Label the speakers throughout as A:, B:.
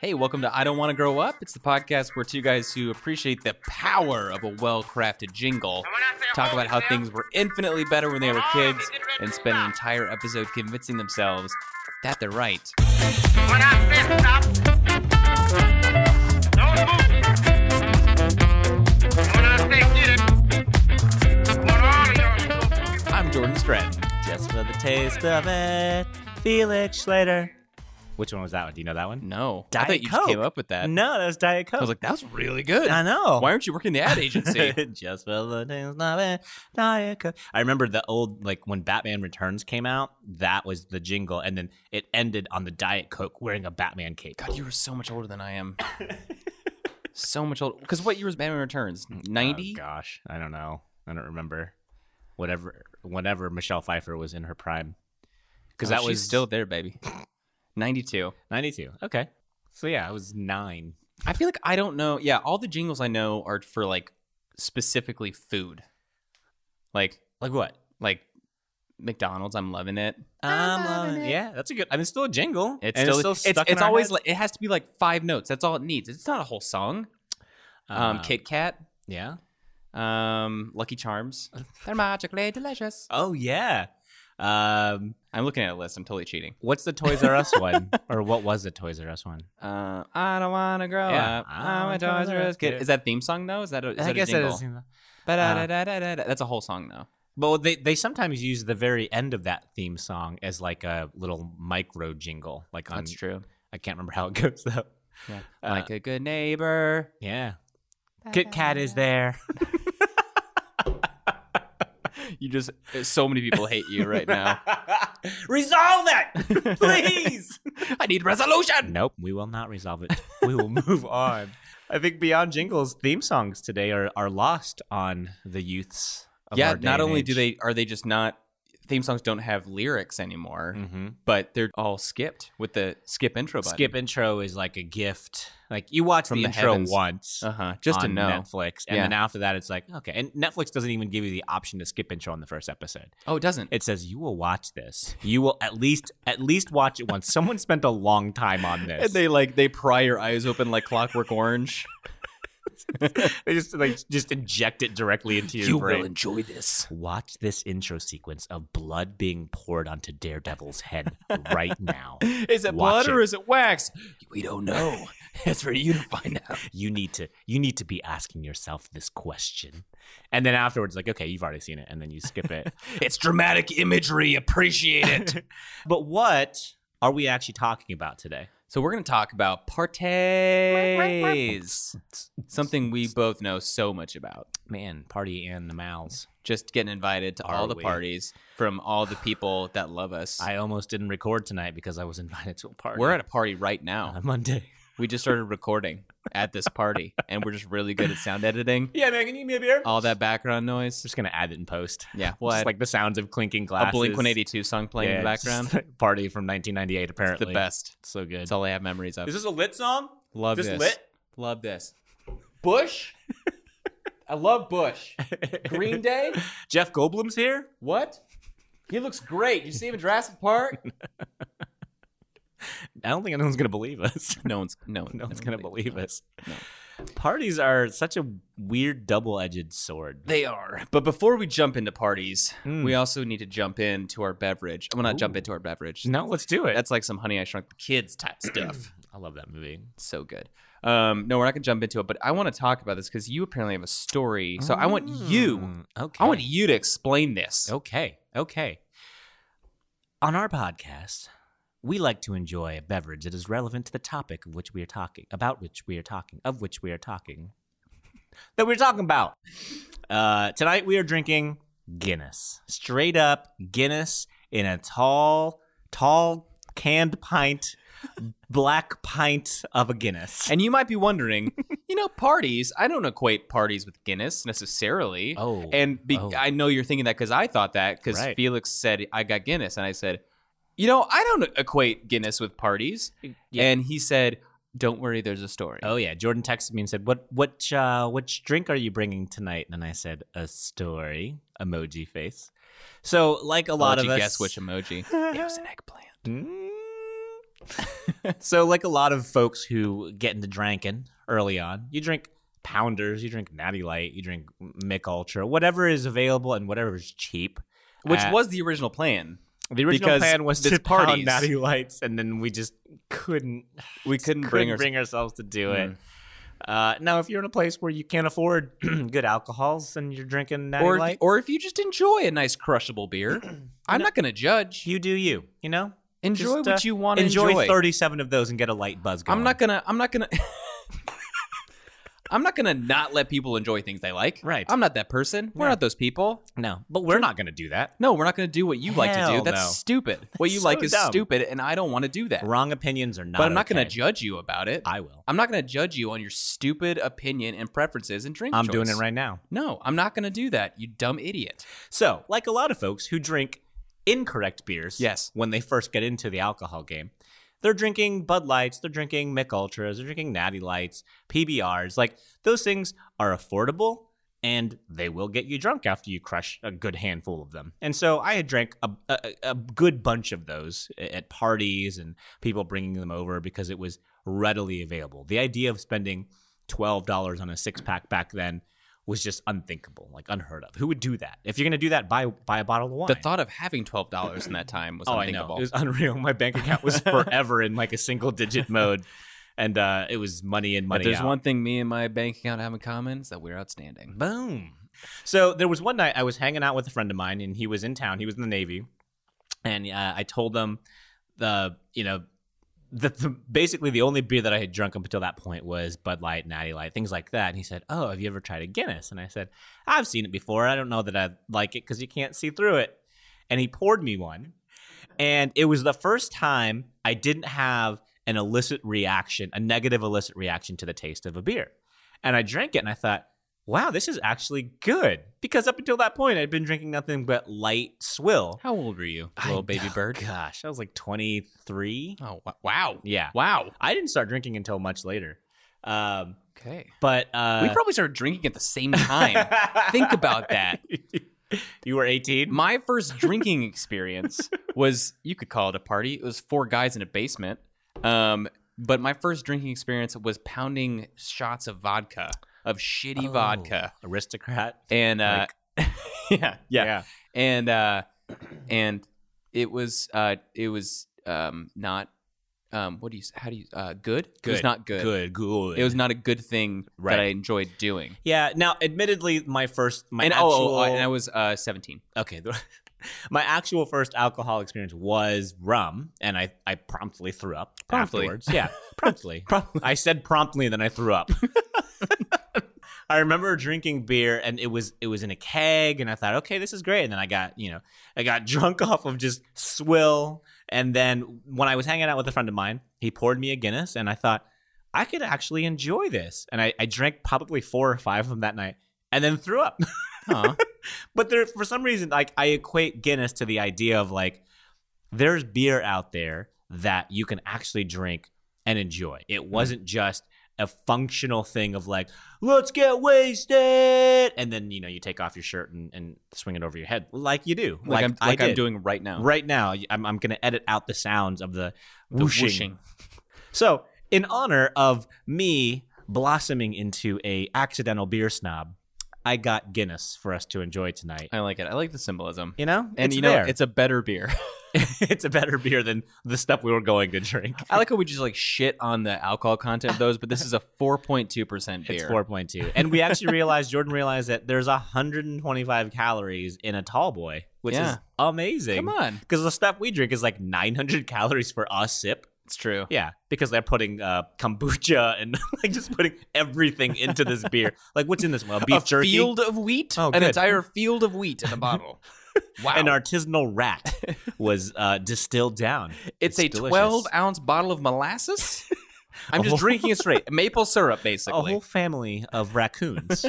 A: Hey, welcome to I Don't Want to Grow Up. It's the podcast where two guys who appreciate the power of a well crafted jingle talk about how things were infinitely better when they were kids and spend an entire episode convincing themselves that they're right.
B: When I say stop, don't move. When I say get it, what all of y'all
A: I'm Jordan Stratton.
C: Just for the taste of it, Felix Schlater. Which one was that one? Do you know that one?
A: No, I
C: Diet
A: thought you just
C: Coke.
A: came up with that.
C: No, that was Diet Coke.
A: I was like, that was really good.
C: I know.
A: Why aren't you working the ad agency?
C: Just for the taste of it, Diet Coke. I remember the old like when Batman Returns came out. That was the jingle, and then it ended on the Diet Coke wearing a Batman cape.
A: God, you were so much older than I am. so much older. Because what year was Batman Returns? 90?
C: Oh, gosh, I don't know. I don't remember. Whatever, whenever Michelle Pfeiffer was in her prime, because
A: Oh,
C: that
A: she's
C: was
A: still there, baby. 92.
C: ninety-two. Okay, so yeah, I was nine.
A: I feel like I don't know. Yeah, all the jingles I know are for like specifically food. Like
C: Like what?
A: like McDonald's, I'm loving it. Um,
C: I'm loving it. Yeah, that's a good. I mean, it's still a jingle.
A: It's
C: and
A: still,
C: it's, still
A: it's,
C: stuck in
A: it's
C: our
A: always
C: heads.
A: like it has to be like five notes. That's all it needs. It's not a whole song.
C: Uh-huh.
A: Um, Kit Kat,
C: Yeah.
A: um, Lucky Charms. They're magically delicious.
C: Oh yeah. Um,
A: I'm looking at a list. I'm totally cheating.
C: what's the Toys R Us one, or what was the Toys R Us one?
A: Uh, I don't want to grow
C: Yeah.
A: up. I'm a Toys R Us kid. Is that theme song though? Is that a, is that a
C: that
A: jingle?
C: is-
A: Ba-da-da-da-da-da-da. That's a whole song though.
C: But they they sometimes use the very end of that theme song as like a little micro jingle, like on.
A: That's true.
C: I can't remember how it goes though.
A: Yeah.
C: Uh,
A: like a good neighbor.
C: Yeah. Kit Kat is there.
A: You just uh, so many people hate you right now.
C: resolve it, please.
A: I need resolution.
C: nope, we will not resolve it. We will move on. I think Beyond Jingles theme songs today are, are lost on the youths. Of
A: yeah,
C: our day
A: not
C: and
A: only
C: age.
A: do they are they just not theme songs don't have lyrics anymore,
C: Mhm.
A: but they're all skipped with the skip intro button.
C: skip intro is like a gift. Like you watch
A: From
C: the,
A: the
C: intro
A: heavens.
C: once
A: Uh huh. Just to
C: on
A: know.
C: Netflix, and
A: Yeah.
C: then after that it's like okay. And Netflix doesn't even give you the option to skip intro on the first episode.
A: Oh, it doesn't.
C: It says you will watch this. You will at least at least watch it once. Someone spent a long time on this.
A: and they like they pry your eyes open like Clockwork Orange.
C: They just like just inject it directly into your brain.
A: enjoy this.
C: Watch this intro sequence of blood being poured onto Daredevil's head right now.
A: Is it
C: Watch
A: blood or
C: it.
A: is it wax? We don't know. it's for you to find out.
C: You need to you need to be asking yourself this question. And then afterwards like okay, you've already seen it and then you skip it.
A: It's dramatic imagery. Appreciate it.
C: but what are we actually talking about today?
A: So we're going to talk about parties, something we both know so much about.
C: Man, party animals.
A: Just getting invited to all
C: Are
A: the
C: we?
A: parties from all the people that love us.
C: I almost didn't record tonight because I was invited to a party.
A: we're at a party right now.
C: on Monday.
A: We just started recording at this party, and we're just really good at sound editing.
C: Yeah, man, can you give me a beer? I'm
A: All that background noise.
C: just gonna add it in post.
A: Yeah,
C: Just
A: what?
C: like the sounds of clinking
A: a
C: glasses.
A: Blink 182 song playing in the
C: Yeah, just
A: background.
C: party from 1998, apparently.
A: The best.
C: So good.
A: That's all I have memories of.
C: this a lit song?
A: love
C: this
A: this.
C: lit?
A: Love this. Bush. I love Bush. Green Day.
C: Jeff Goldblum's here?
A: What? He looks great. You see him in Jurassic Park?
C: I don't think anyone's going to believe us.
A: No one's no,
C: no one's going to believe us.
A: No.
C: Parties are such a weird double edged sword.
A: They are. But before we jump into parties,
C: Mm.
A: we also need to jump into our beverage. I'm gonna
C: Ooh.
A: jump into our beverage.
C: No, let's do it.
A: That's like some Honey I Shrunk the Kids type stuff.
C: I love that movie.
A: It's so good. Um, no, we're not gonna jump into it, but I want to talk about this because you apparently have a story. So I want you,
C: Mm, Okay.
A: I want you to explain this.
C: Okay. Okay. On our podcast, we like to enjoy a beverage that is relevant to the topic of which we are talking, about which we are talking, of which we are talking, that we're talking about. Uh, tonight we are drinking Guinness, straight up Guinness in a tall, tall canned pint, black pint of a Guinness.
A: And you might be wondering, you know, parties. I don't equate parties with Guinness necessarily.
C: oh,
A: And be-
C: Oh.
A: I know you're thinking that because I thought that because
C: Right.
A: Felix said I got Guinness, and I said, you know, I don't equate Guinness with parties.
C: Yeah.
A: And he said, don't worry, there's a story.
C: Oh yeah, Jordan texted me and said, "What what uh, which drink are you bringing tonight?" And I said, "A story emoji face." So, like a
A: I'll
C: lot
A: let
C: of
A: you
C: us,
A: guess which emoji. it was an eggplant.
C: Mm, so, like a lot of folks who get into drinking early on, you drink Pounders, you drink Natty Light, you drink Mick Ultra, whatever is available and whatever is cheap.
A: Which
C: Uh,
A: was the original plan.
C: the original
A: because
C: plan was
A: this
C: to pound
A: parties.
C: Natty Lights, and then we just couldn't
A: We couldn't bring mm. our-
C: ourselves to do it. Uh, now, if you're in a place where you can't afford good alcohols and you're drinking Natty
A: Or if,
C: Light,
A: or if you just enjoy a nice crushable beer, I'm not going to judge.
C: you do you. You know,
A: Enjoy
C: Just,
A: what
C: uh,
A: you want to
C: enjoy,
A: enjoy.
C: 37 of those and get a light buzz going.
A: I'm not gonna. I'm not gonna. I'm not gonna not let people enjoy things they like.
C: Right.
A: I'm not that person. We're
C: Yeah.
A: not those people.
C: No, but we're not gonna do that.
A: No, we're not gonna do what you like to do.
C: Hell
A: That's
C: no.
A: stupid. What you
C: so
A: like is
C: dumb.
A: stupid, and I don't want to do that.
C: Wrong opinions are not.
A: but I'm not gonna
C: okay.
A: judge you about it.
C: I will.
A: I'm not gonna judge you on your stupid opinion and preferences and drink.
C: I'm
A: choice.
C: doing it right now.
A: No, I'm not gonna do that. You dumb idiot.
C: So, like a lot of folks who drink incorrect beers,
A: Yes.
C: when they first get into the alcohol game, they're drinking Bud Lights, they're drinking Mick Ultras, they're drinking Natty Lights, PBRs. Like those things are affordable and they will get you drunk after you crush a good handful of them. And so I had drank a, a, a good bunch of those at parties and people bringing them over because it was readily available. The idea of spending $12 on a six pack back then was just unthinkable, like unheard of. Who would do that? If you're going to do that, buy, buy a bottle of wine.
A: The thought of having twelve dollars in that time was
C: Oh, I know.
A: unthinkable.
C: It was unreal. My bank account was forever in like a single digit mode. And uh, it was money in,
A: but
C: money
A: there's
C: out. Mm.
A: one thing me and my bank account have in common is that we're outstanding.
C: Boom. So there was one night I was hanging out with a friend of mine, and he was in town. He was in the Navy, and uh, I told him the you know the, the basically the only beer that I had drunk up until that point was Bud Light, Natty Light, things like that. And he said, "Oh, have you ever tried a Guinness?" And I said, "I've seen it before. I don't know that I like it because you can't see through it." And he poured me one, and it was the first time I didn't have an illicit reaction, a negative illicit reaction to the taste of a beer. And I drank it, and I thought, wow, this is actually good. Because up until that point, I'd been drinking nothing but light swill.
A: How old were you,
C: I-
A: little baby
C: oh,
A: bird?
C: Gosh, I was like 23.
A: Oh wa- wow,
C: Yeah.
A: wow.
C: I didn't start drinking until much later. Um,
A: Okay,
C: but uh,
A: we probably started drinking at the same time. Think about that.
C: you were 18?
A: My first drinking experience was you could call it a party. It was four guys in a basement. Um, but my first drinking experience was pounding shots of vodka, of shitty
C: Oh,
A: vodka,
C: Aristocrat.
A: and uh, yeah, yeah, and uh, and it was uh, it was um, not um, what do you s- how do you uh, good? It was
C: Good.
A: not good.
C: Good, good.
A: It was not a good thing
C: Right.
A: that I enjoyed doing.
C: yeah. Now, admittedly, my first, my
A: and
C: actual,
A: oh, oh, and I was uh, seventeen.
C: okay the- my actual first alcohol experience was rum and i i promptly threw up
A: Promptly.
C: afterwards yeah promptly i said promptly and then i threw up i remember drinking beer and it was it was in a keg and i thought okay this is great and then i got you know i got drunk off of just swill and then when i was hanging out with a friend of mine he poured me a guinness and i thought i could actually enjoy this and i, I drank probably four or five of them that night and then threw up
A: Huh.
C: but there for some reason like i equate guinness to the idea of like there's beer out there that you can actually drink and enjoy it
A: Mm-hmm.
C: wasn't just a functional thing of like let's get wasted and then you know you take off your shirt and, and swing it over your head like you do
A: like, I'm like
C: I
A: I'm
C: did.
A: doing right now.
C: right now I'm, I'm gonna edit out the sounds of the
A: The
C: whooshing so, in honor of me blossoming into a accidental beer snob, I got Guinness for us to enjoy tonight.
A: I like it. I like the symbolism.
C: You know,
A: and
C: it's
A: you know,
C: there.
A: it's a better beer.
C: it's a better beer than the stuff we were going to drink.
A: I like how we just like shit on the alcohol content of those, but this is a 4.2% beer.
C: It's four point two, and we actually realized Jordan realized that there's 125 calories in a tall boy, which
A: Yeah.
C: is amazing.
A: Come on.
C: because the stuff we drink is like 900 calories for a sip.
A: It's true.
C: Yeah, because they're putting uh, kombucha and like just putting everything into this beer. Like, what's in this? Well, beef
A: a
C: jerky.
A: field of wheat.
C: Oh,
A: an
C: good.
A: entire field of wheat in a bottle. wow.
C: an artisanal rat was uh, distilled down.
A: it's, a
C: delicious.
A: 12 ounce bottle of molasses. I'm just
C: whole-
A: drinking it straight. Maple syrup,
C: A
A: basically.
C: whole family of raccoons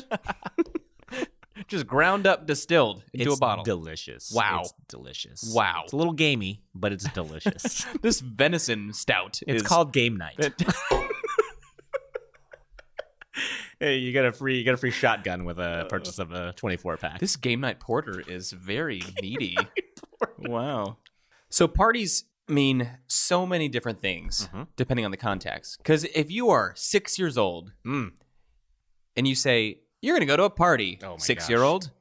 A: Just ground up, distilled into
C: It's
A: a bottle.
C: Delicious.
A: Wow.
C: It's delicious.
A: Wow.
C: It's a little gamey, but it's delicious.
A: this venison stout
C: it's
A: is
C: called game night.
A: It-
C: hey, you get a free you get a free shotgun with a purchase of a 24 pack.
A: This game night porter is very meaty. wow. So parties mean so many different things
C: Mhm.
A: depending on the context. Because if you are six years old
C: Mm.
A: and you say you're going to go to a party,
C: Oh my
A: six year old,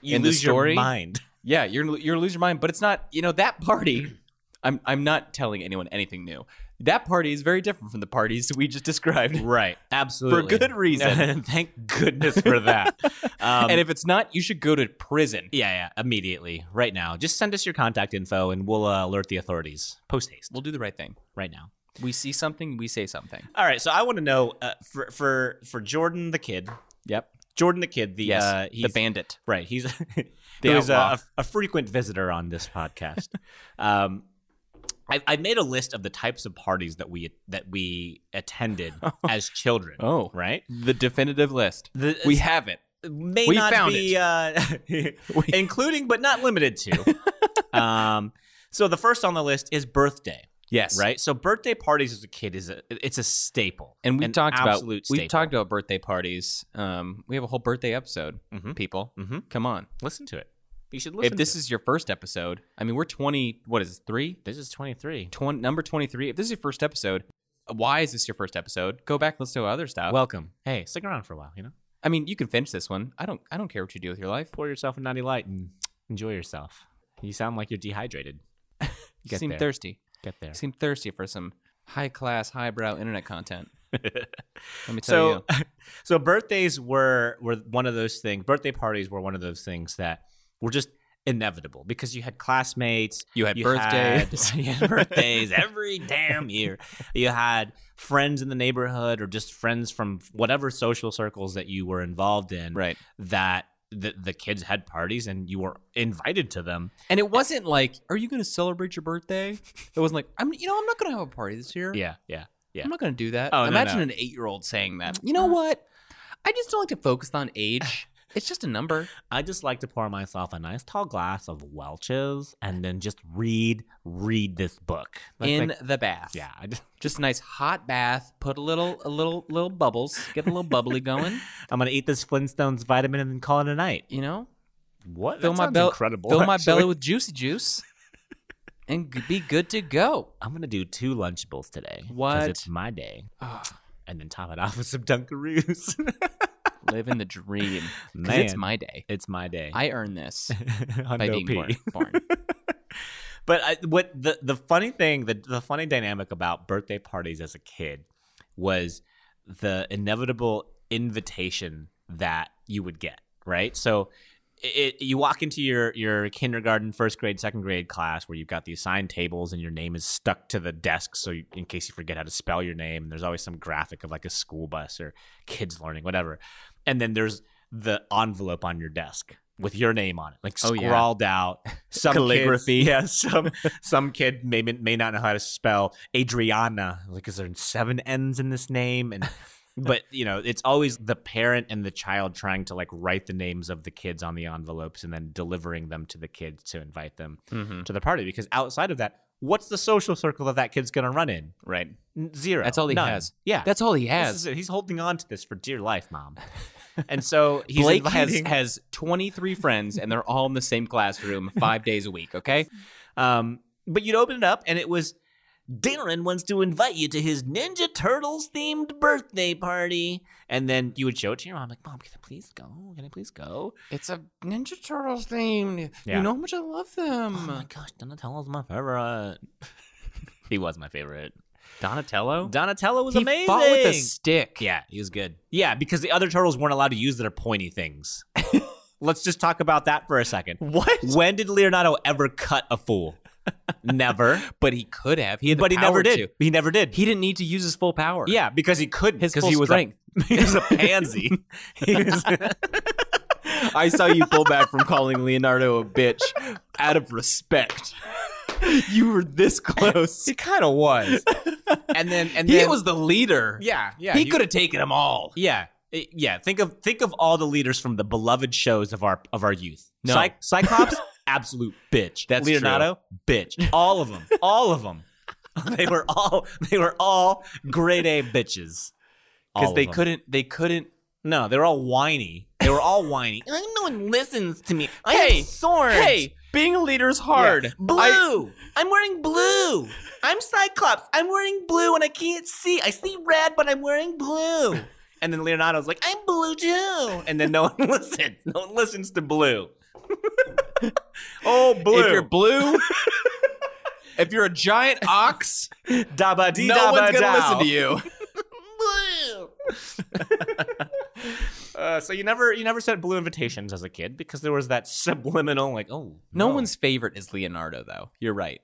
C: You
A: In the
C: lose
A: story-
C: your mind.
A: yeah, you're you're gonna lose your mind. But it's not, you know, that party. I'm I'm not telling anyone anything new. That party is very different from the parties we just described.
C: Right. Absolutely.
A: good reason.
C: Thank goodness for that. Um,
A: and if it's not, you should go to prison.
C: yeah, yeah, immediately, right now. Just send us your contact info and we'll uh, alert the authorities post haste
A: We'll do the right thing.
C: right now.
A: We see something, we say something.
C: All right, so I want to know uh, for for for Jordan the kid,
A: Yep.
C: Jordan the kid, the
A: Yes.
C: uh, he's,
A: the bandit.
C: right? He's who
A: The
C: is
A: outlaw.
C: a, a frequent visitor on this podcast. um, I've, I've made a list of the types of parties that we that we attended as children.
A: Oh.
C: right.
A: The definitive list.
C: The,
A: We have it.
C: may
A: We
C: not
A: found
C: be Uh,
A: We-
C: including but not limited to. um, so the first on the list is birthday,
A: Yes.
C: right? So birthday parties as a kid is a it's a staple,
A: And we
C: An
A: have talked about
C: absolute
A: we've
C: staple.
A: talked about birthday parties. Um, we have a whole birthday episode.
C: Mhm.
A: People,
C: Mhm.
A: come on!
C: Listen to it. You should listen.
A: if this
C: to it.
A: is your first episode, I mean, we're twenty. What is it, three?
C: this is 23.
A: 20, number 23 if this is your first episode why is this your first episode go back and listen to other stuff well
C: Welcome. Hey, stick around for a while. You know,
A: i mean you can finish this one i don't i don't care what you do with your life
C: pour yourself a naughty light and enjoy yourself. You sound like you're dehydrated.
A: you
C: Get
A: seem
C: there.
A: thirsty
C: Get there.
A: you seem thirsty for some high class highbrow internet content let me tell
C: so so birthdays were were one of those things birthday parties were one of those things that were just inevitable because you had classmates
A: you you had
C: you
A: birthdays
C: had- you had birthdays every damn year you had friends in the neighborhood or just friends from whatever social circles that you were involved in
A: right
C: that the, the kids had parties and you were invited to them
A: and it wasn't like are you gonna celebrate your birthday it wasn't like i'm you know i'm not gonna have a party this year
C: yeah yeah yeah
A: i'm not gonna do that
C: Oh, no,
A: imagine
C: no. Mm-hmm.
A: an eight-year-old saying that you know what i just don't like to focus on age it's just a number
C: I just like to pour myself a nice tall glass of Welch's and then just read read this book. That's
A: in
C: like-
A: the bath
C: yeah, I just,
A: just a nice hot bath put a little a little little bubbles get a little bubbly going
C: I'm gonna eat this Flintstones vitamin and then call it a night.
A: you know
C: What?
A: Fill
C: That
A: my
C: sounds
A: bel-
C: incredible.
A: fill my
C: actually.
A: belly with juicy juice and g- be good to go
C: I'm gonna do two Lunchables today. 'cause
A: What?
C: It's my day,
A: oh,
C: and then top it off with some Dunkaroos.
A: living the dream 'Cause
C: Man,
A: it's my day
C: it's my day.
A: i earn this
C: Hundo
A: by being
C: P.
A: born, born.
C: But I, what the the funny thing, the the funny dynamic about birthday parties as a kid was the inevitable invitation that you would get, right? So it, you walk into your your kindergarten, first grade, second grade class where you've got the assigned tables and your name is stuck to the desk, so you, in case you forget how to spell your name, and there's always some graphic of like a school bus or kids learning, whatever. And then there's the envelope on your desk with your name on it, like
A: Oh, yeah.
C: scrawled out, some
A: Calligraphy.
C: Kid, yeah, some some kid may may not know how to spell Adriana, like is there seven N's in this name? And but you know, it's always the parent and the child trying to like write the names of the kids on the envelopes and then delivering them to the kids to invite them
A: Mhm.
C: to the party. Because outside of that, what's the social circle that that kid's gonna run in?
A: right
C: N- Zero.
A: That's all he
C: None.
A: has.
C: Yeah.
A: that's all he
C: This is
A: has
C: it. He's holding on to this for dear life, mom. And so he's
A: Blake
C: inviting,
A: has has 23 friends and they're all in the same classroom five days a week. Okay,
C: Um, but you'd open it up, and it was Darren wants to invite you to his Ninja Turtles themed birthday party. And then you would show it to your mom, like, Mom, can I please go? Can I please go?
A: it's a Ninja Turtles theme.
C: Yeah.
A: You know how much I love them.
C: Oh my gosh, Donatello's my favorite. he was my favorite.
A: Donatello.
C: Donatello was
A: Oh. he
C: amazing.
A: fought with a stick.
C: yeah, he was good. Yeah, because the other turtles weren't allowed to use their pointy things. Let's just talk about that for a second.
A: What?
C: When did Leonardo ever cut a fool? Never.
A: But he could have. He had the
C: but he never
A: power
C: did.
A: to.
C: He never did.
A: He didn't need to use his full power.
C: Yeah, because he couldn't.
A: his
C: 'cause
A: full
C: he was a-
A: strength.
C: he was a pansy. he was,
A: I saw you pull back from calling Leonardo a bitch out of respect. You were this close.
C: he kind of was. And then, and
A: He
C: then,
A: was the leader.
C: Yeah, yeah.
A: he could have taken them all.
C: Yeah, eh, yeah. Think of think of all the leaders from the beloved shows of our of our youth.
A: No.
C: Cyclops, absolute bitch.
A: That's
C: Leonardo, bitch. All of them. All of them. they were all they were all grade A bitches. All
A: Because
C: of
A: they
C: them.
A: couldn't. They couldn't.
C: No, they were all whiny. They were all whiny. no one listens to me. I
A: Hey,
C: have swords.
A: Hey, Being a leader is hard.
C: Yeah.
A: I-
C: Blue. I, am wearing blue. I'm Cyclops. I'm wearing blue and I can't see. I see red, but I'm wearing blue. And then Leonardo's like, I'm blue too. And then no one listens. No one listens to blue. oh, blue.
A: if you're blue, if you're a giant ox,
C: dabba dee
A: no one's gonna listen to you.
C: Blue. uh, so you never you never sent blue invitations as a kid because there was that subliminal like oh
A: No one's favorite is Leonardo, though. You're right.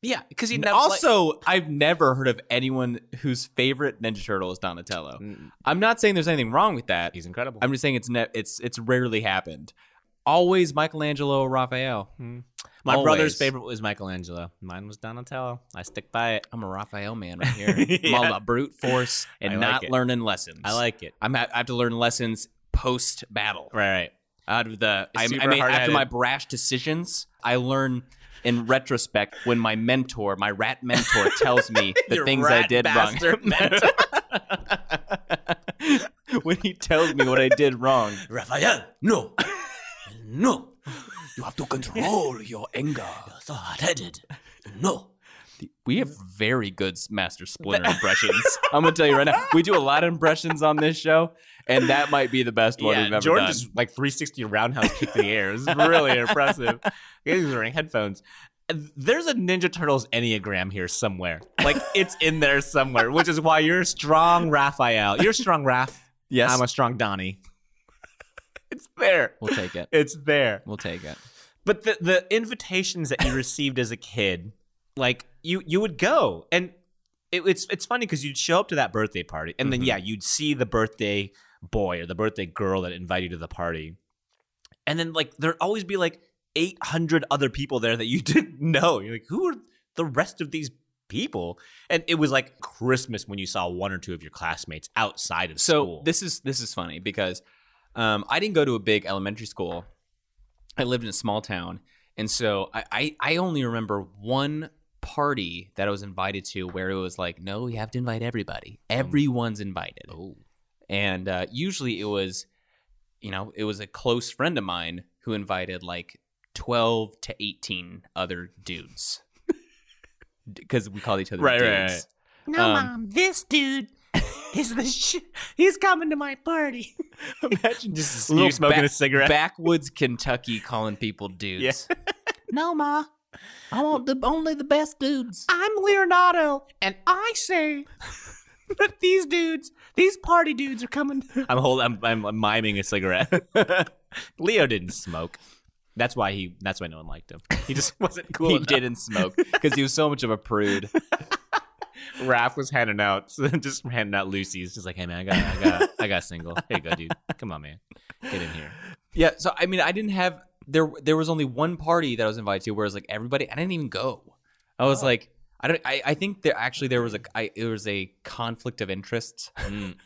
C: yeah because you
A: also, I've never heard of anyone whose favorite Ninja Turtle is Donatello. I'm not saying there's anything wrong with that.
C: Mm, he's incredible
A: I'm just saying it's ne- it's it's rarely happened. Always Michelangelo or Raphael.
C: Hmm. My
A: Always.
C: brother's favorite was Michelangelo. Mine was Donatello. I stick by it.
A: I'm a Raphael man right here. I'm
C: Yeah.
A: all about brute force and
C: I like
A: not
C: it.
A: learning lessons.
C: I like it.
A: I'm ha- I have to learn lessons post battle.
C: Right, right.
A: Out of the I, I
C: Super
A: mean, after
C: hard-headed.
A: my brash decisions, I learn in retrospect when my mentor, my rat mentor, tells me the
C: Your
A: things I
C: rat
A: did wrong.
C: bastard mentor.
A: when he tells me what I did wrong.
C: Raphael, no, no,
A: You have to control your anger.
C: so hot-headed. No,
A: We have very good Master Splinter impressions. I'm gonna tell you right now, we do a lot of impressions on this show, and that might be the best one we've
C: yeah.
A: ever
C: Jordan
A: done.
C: just like 360 roundhouse kick in the air. It's really impressive. He's wearing headphones. There's a Ninja Turtles enneagram here somewhere. Like it's in there somewhere, which is why you're strong, Raphael. You're strong, Raph.
A: yes,
C: I'm a strong Donnie. It's there.
A: we'll take it.
C: It's there.
A: We'll take it.
C: But the the invitations that you received as a kid, like you you would go and it, it's it's funny because you'd show up to that birthday party and then
A: Mhm.
C: yeah you'd see the birthday boy or the birthday girl that invited you to the party, and then like there'd always be like eight hundred other people there that you didn't know. You're like, who are the rest of these people? And it was like Christmas when you saw one or two of your classmates outside of
A: So
C: school.
A: this is this is funny because um, I didn't go to a big elementary school. I lived in a small town, and so I, I I only remember one party that I was invited to where it was like, no, you have to invite everybody. Everyone's invited.
C: oh.
A: and uh, usually it was you know it was a close friend of mine who invited like 12 to 18 other dudes because we called each other
C: Right,
A: dudes
C: right, right.
D: No,
A: Um,
D: mom, this dude is the sh- he's coming to my party.
C: Imagine just
A: little
C: you smoking
A: ba-
C: a cigarette.
A: backwoods kentucky calling people dudes
D: No, ma, I want the only the best dudes. I'm Leonardo, and I say that these dudes, these party dudes, are coming.
C: I'm hold. I'm, I'm miming a cigarette. Leo didn't smoke. That's why he. That's why no one liked him. He just wasn't cool.
A: he
C: enough.
A: didn't smoke because he was so much of a prude
C: Raph was handing out, just handing out Lucy's. Just like, hey man, I got, I got, I got a single. Here you go, dude. Come on, man. Get in here.
A: yeah so i mean i didn't have there there was only one party that i was invited to where it was like everybody i didn't even go i was
C: Oh.
A: like I, don't, I, I think there actually there was a I, it was a conflict of interests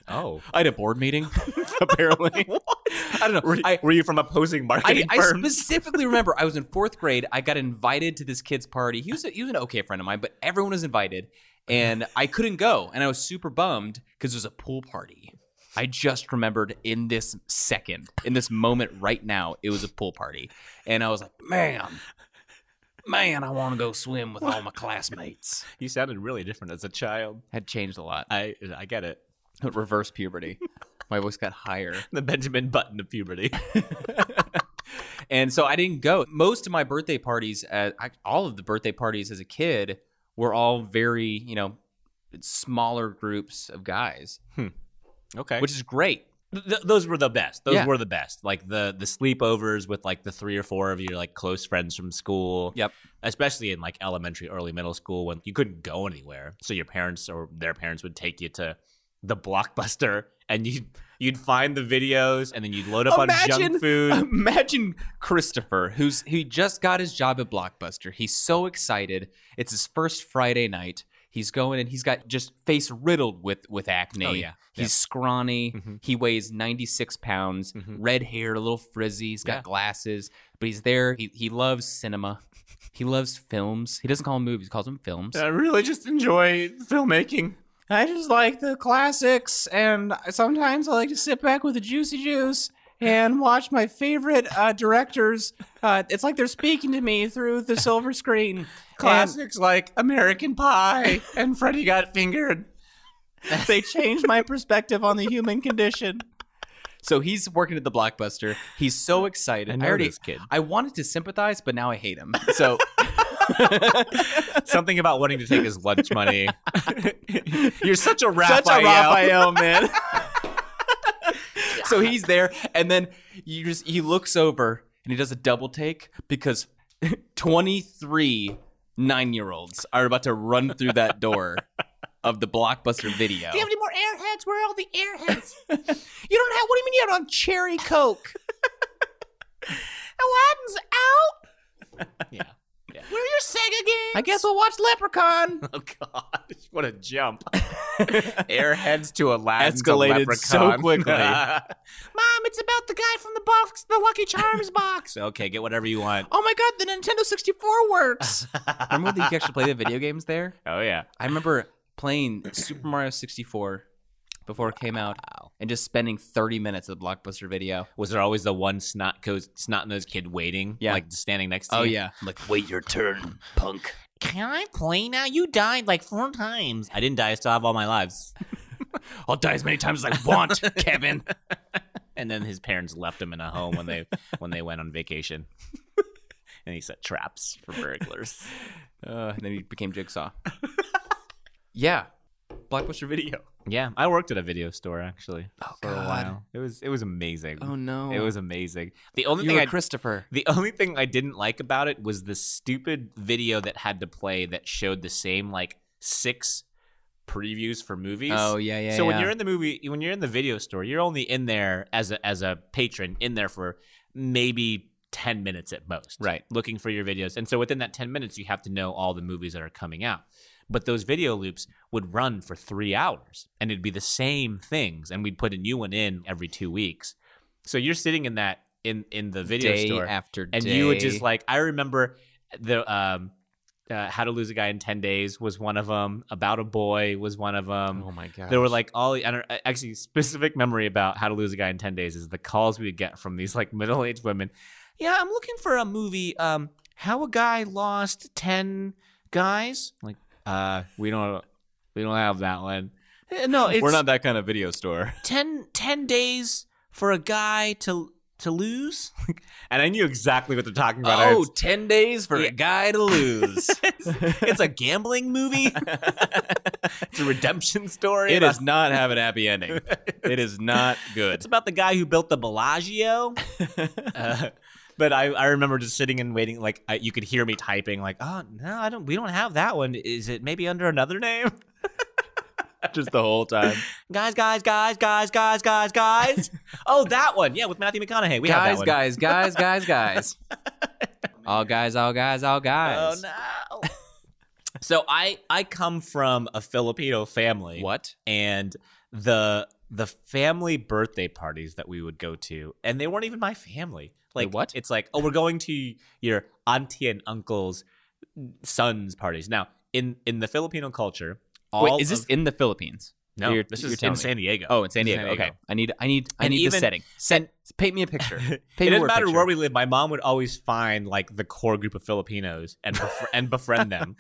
C: Oh,
A: I had a board meeting, apparently. I don't know.
C: were,
A: I,
C: were you from opposing
A: I,
C: marketing
A: I
C: firms?
A: specifically remember I was in fourth grade. I got invited to this kid's party. He was, a, he was an okay friend of mine, but everyone was invited, and I couldn't go. And I was super bummed because it was a pool party. I just remembered in this second, in this moment right now, it was a pool party. And I was like, man, man, I want to go swim with all my classmates.
C: you sounded really different as a child.
A: Had changed a lot.
C: I, I get it.
A: Reverse puberty. My voice got higher.
C: The Benjamin Button of puberty.
A: and so I didn't go. Most of my birthday parties, uh, I, all of the birthday parties as a kid, were all very, you know, smaller groups of guys,
C: okay.
A: which is great.
C: Th- th- those were the best. Those
A: Yeah.
C: were the best. Like the the sleepovers with like the three or four of your like close friends from school.
A: Yep.
C: Especially in like elementary, early middle school when you couldn't go anywhere, so your parents or their parents would take you to the blockbuster, and you you'd find the videos, and then you'd load up on
A: Imagine-
C: junk food.
A: Imagine Christopher, who's he just got his job at Blockbuster. He's so excited. It's his first Friday night. He's going and he's got just face riddled with with acne.
C: Oh, yeah.
A: He's scrawny.
C: Mhm.
A: He weighs 96 pounds,
C: Mhm.
A: red hair, a little frizzy. He's got
C: Yeah.
A: glasses, but he's there. He, he loves cinema. He loves films. He doesn't call them movies, he calls them films.
C: really just enjoy filmmaking.
A: I just like the classics, and sometimes I like to sit back with a juicy juice
D: and watch my favorite uh, directors. Uh, it's like they're speaking to me through the silver screen. Classics like American Pie and Freddy Got Fingered. They changed my perspective on the human condition.
A: So he's working at the blockbuster. He's so excited.
C: I
A: I,
C: know
A: already
C: this kid.
A: I wanted to sympathize, but now I hate him. So
C: Something about wanting to take his lunch money. You're such a Raphael.
A: such a Raphael man. so he's there, and then you just he looks over and he does a double take because twenty three nine year olds are about to run through that door of the blockbuster video.
D: Do you have any more airheads? Where are all the airheads? you don't have. What do you mean you don't have cherry coke? Aladdin's out.
A: Yeah, yeah.
D: Where are your Sega games?
A: I guess we'll watch Leprechaun.
C: Oh gosh, what a jump! Airheads to Aladdin.
A: Escalated so quickly.
D: Mom, it's about the guy from the box, the Lucky Charms box.
C: okay, get whatever you want.
D: oh my God, the Nintendo 64 works.
A: Remember that you could actually play the video games there?
C: Oh yeah.
A: I remember playing Super Mario sixty four before it came out, and just spending thirty minutes at the blockbuster video.
C: Was there always the one snot coast snot nosed kid waiting?
A: Yeah.
C: Like standing next to
A: Oh
C: you?
A: yeah,
C: Like, wait your turn, punk.
D: Can I play now? You died like four times.
C: I didn't die, I still have all my lives.
A: I'll die as many times as I want, Kevin.
C: And then his parents left him in a home when they when they went on vacation. and he set traps for burglars.
A: Uh, and then he became Jigsaw. yeah, blockbuster video.
C: Yeah. I worked at a video store actually
D: Oh,
C: for a
A: Oh, God. Oh,
C: while. It was it was amazing.
A: no,
C: It was amazing. The only
A: you
C: thing
A: were
C: I
A: Christopher.
C: The only thing I didn't like about it was the stupid video that had to play that showed the same like six previews for movies.
A: Oh yeah, yeah.
C: so when you're in the movie, when you're in the video store, you're only in there as a as a patron in there for maybe 10 minutes at most.
A: Right.
C: Looking for your videos. And so within that 10 minutes you have to know all the movies that are coming out. But those video loops would run for 3 hours and it'd be the same things and we'd put a new one in every 2 weeks. So you're sitting in that in in the video
A: day
C: store
A: after day,
C: and you would just like i remember the um uh, how to lose a guy in 10 days was one of them about a boy was one of them
A: oh my god,
C: there were like all I don't, actually specific memory about how to lose a guy in 10 days is the calls we would get from these like middle-aged women yeah i'm looking for a movie um how a guy lost 10 guys like uh we don't we don't have that one Eh, no it's
A: we're not that kind of video store.
C: 10, 10 days for a guy to to lose and i knew exactly what they're talking about I-
A: Oh, 10 days for
C: Yeah.
A: a guy to lose.
C: it's a gambling movie. it's a redemption story.
A: it
C: about-
A: does not have an happy ending. It is not good.
C: It's about the guy who built the Bellagio. Uh, but I, I remember just sitting and waiting. Like I, you could hear me typing. Like, oh no, I don't. We don't have that one. Is it maybe under another name?
A: just the whole time.
C: Guys, guys, guys, guys, guys, guys, guys. oh, that one. Yeah, with Matthew McConaughey. We have that
A: guys,
C: one.
A: guys, guys, guys, guys. all guys, all guys, all guys.
C: Oh no. so I I come from a Filipino family.
A: What?
C: and the the family birthday parties that we would go to, and they weren't even my family.
A: Wait,
C: Like
A: what?
C: It's like, oh, we're going to your auntie and uncle's sons' parties. Now, in in the Filipino culture, all
A: Wait, is this
C: of-
A: in the Philippines?
C: no?
A: you're-
C: this
A: you're
C: is
A: telling
C: in
A: me.
C: San Diego.
A: Oh, in San Diego. Okay. I need I need I
C: And
A: need the
C: even-
A: setting. Set paint me a picture. Paint me
C: It
A: a
C: didn't
A: word
C: matter
A: picture.
C: where we lived. My mom would always find like the core group of Filipinos and bef- and befriend them.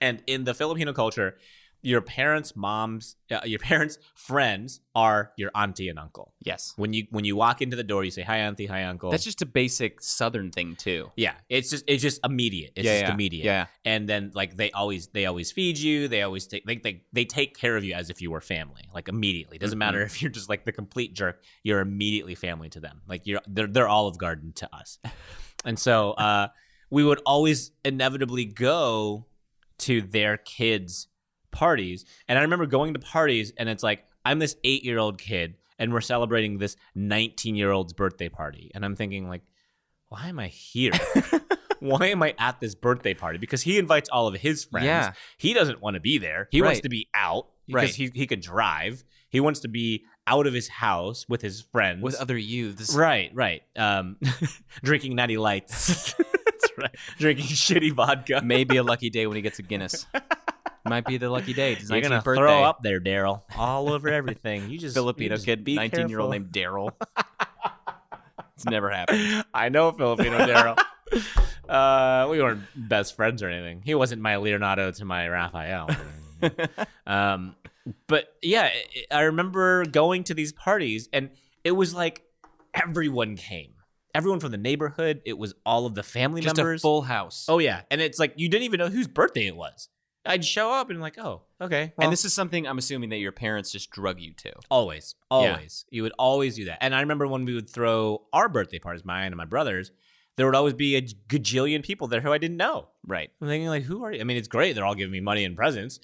C: And in the Filipino culture, your parents' moms, uh, your parents' friends are your auntie and uncle.
A: Yes.
C: when you when you walk into the door, you say hi auntie, hi uncle.
A: That's just a basic southern thing too.
C: yeah. It's just it's just immediate. It's
A: yeah,
C: just
A: yeah.
C: immediate.
A: Yeah.
C: And then like they always they always feed you. They always take they they, they take care of you as if you were family. Like immediately. Doesn't
A: Mhm.
C: matter if you're just like the complete jerk. You're immediately family to them. Like you're they're they're Olive Garden to us. and so uh, we would always inevitably go to their kids' parties. And I remember going to parties and it's like, I'm this eight year old kid and we're celebrating this 19 year old's birthday party. And I'm thinking, like, why am I here? why am I at this birthday party? Because he invites all of his friends.
A: Yeah.
C: He doesn't want to be there. He wants
A: Right.
C: to be out
A: Right.
C: because he, he could drive. He wants to be out of his house with his friends.
A: With other youths.
C: Right, right. Um, drinking natty lights. That's right. Drinking shitty vodka.
A: Maybe a lucky day when he gets a Guinness. Might be the lucky day. It's his
C: You're gonna
A: 19th birthday.
C: throw up there, Daryl, all over everything. You just
A: Filipino
C: you just
A: kid,
C: be
A: nineteen year old
C: careful.
A: named Daryl. It's never happened.
C: I know Filipino Daryl. Uh, we weren't best friends or anything. He wasn't my Leonardo to my Raphael. um, but yeah, I- I remember going to these parties, and it was like everyone came. Everyone from the neighborhood. It was all of the family
A: Just
C: members.
A: a full house.
C: oh yeah, and it's like you didn't even know whose birthday it was. I'd show up and like, oh, okay. well-
A: and this is something I'm assuming that your parents just drug you to.
C: Always, always. You would always do that. And I remember when we would throw our birthday parties, mine and my brother's, there would always be a gajillion people there who I didn't know.
A: Right.
C: I'm thinking, like, who are you? I mean, it's great. They're all giving me money and presents.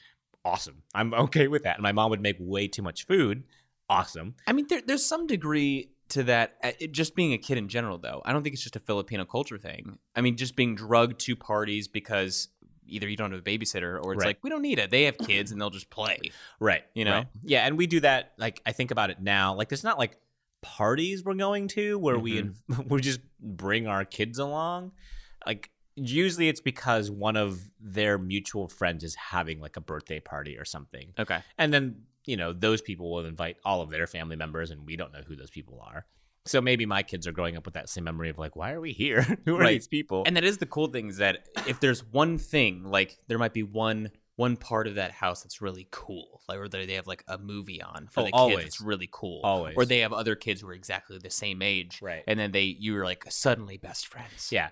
C: Awesome. I'm okay with that. And my mom would make way too much food. Awesome.
A: I mean, there, there's some degree to that. uh, It, just being a kid in general, though, I don't think it's just a Filipino culture thing. I mean, just being drugged to parties because either you don't have a babysitter or it's
C: Right.
A: like we don't need it. They have kids and they'll just play.
C: Right.
A: You know?
C: right. Yeah. And we do that. Like, I think about it now. Like, there's not like parties we're going to where we inv-
A: Mm-hmm.
C: we just bring our kids along. Like, usually it's because one of their mutual friends is having like a birthday party or something.
A: Okay.
C: And then, you know, those people will invite all of their family members, and we don't know who those people are. So maybe my kids are growing up with that same memory of like, why are we here? who are
A: Right.
C: these people?
A: And that is the cool thing is that if there's one thing, like there might be one one part of that house that's really cool, like or they have like a movie on for
C: Oh,
A: the
C: always.
A: kids that's really cool,
C: Always.
A: or they have other kids who are exactly the same age,
C: Right.
A: And then they you were like suddenly best friends.
C: yeah.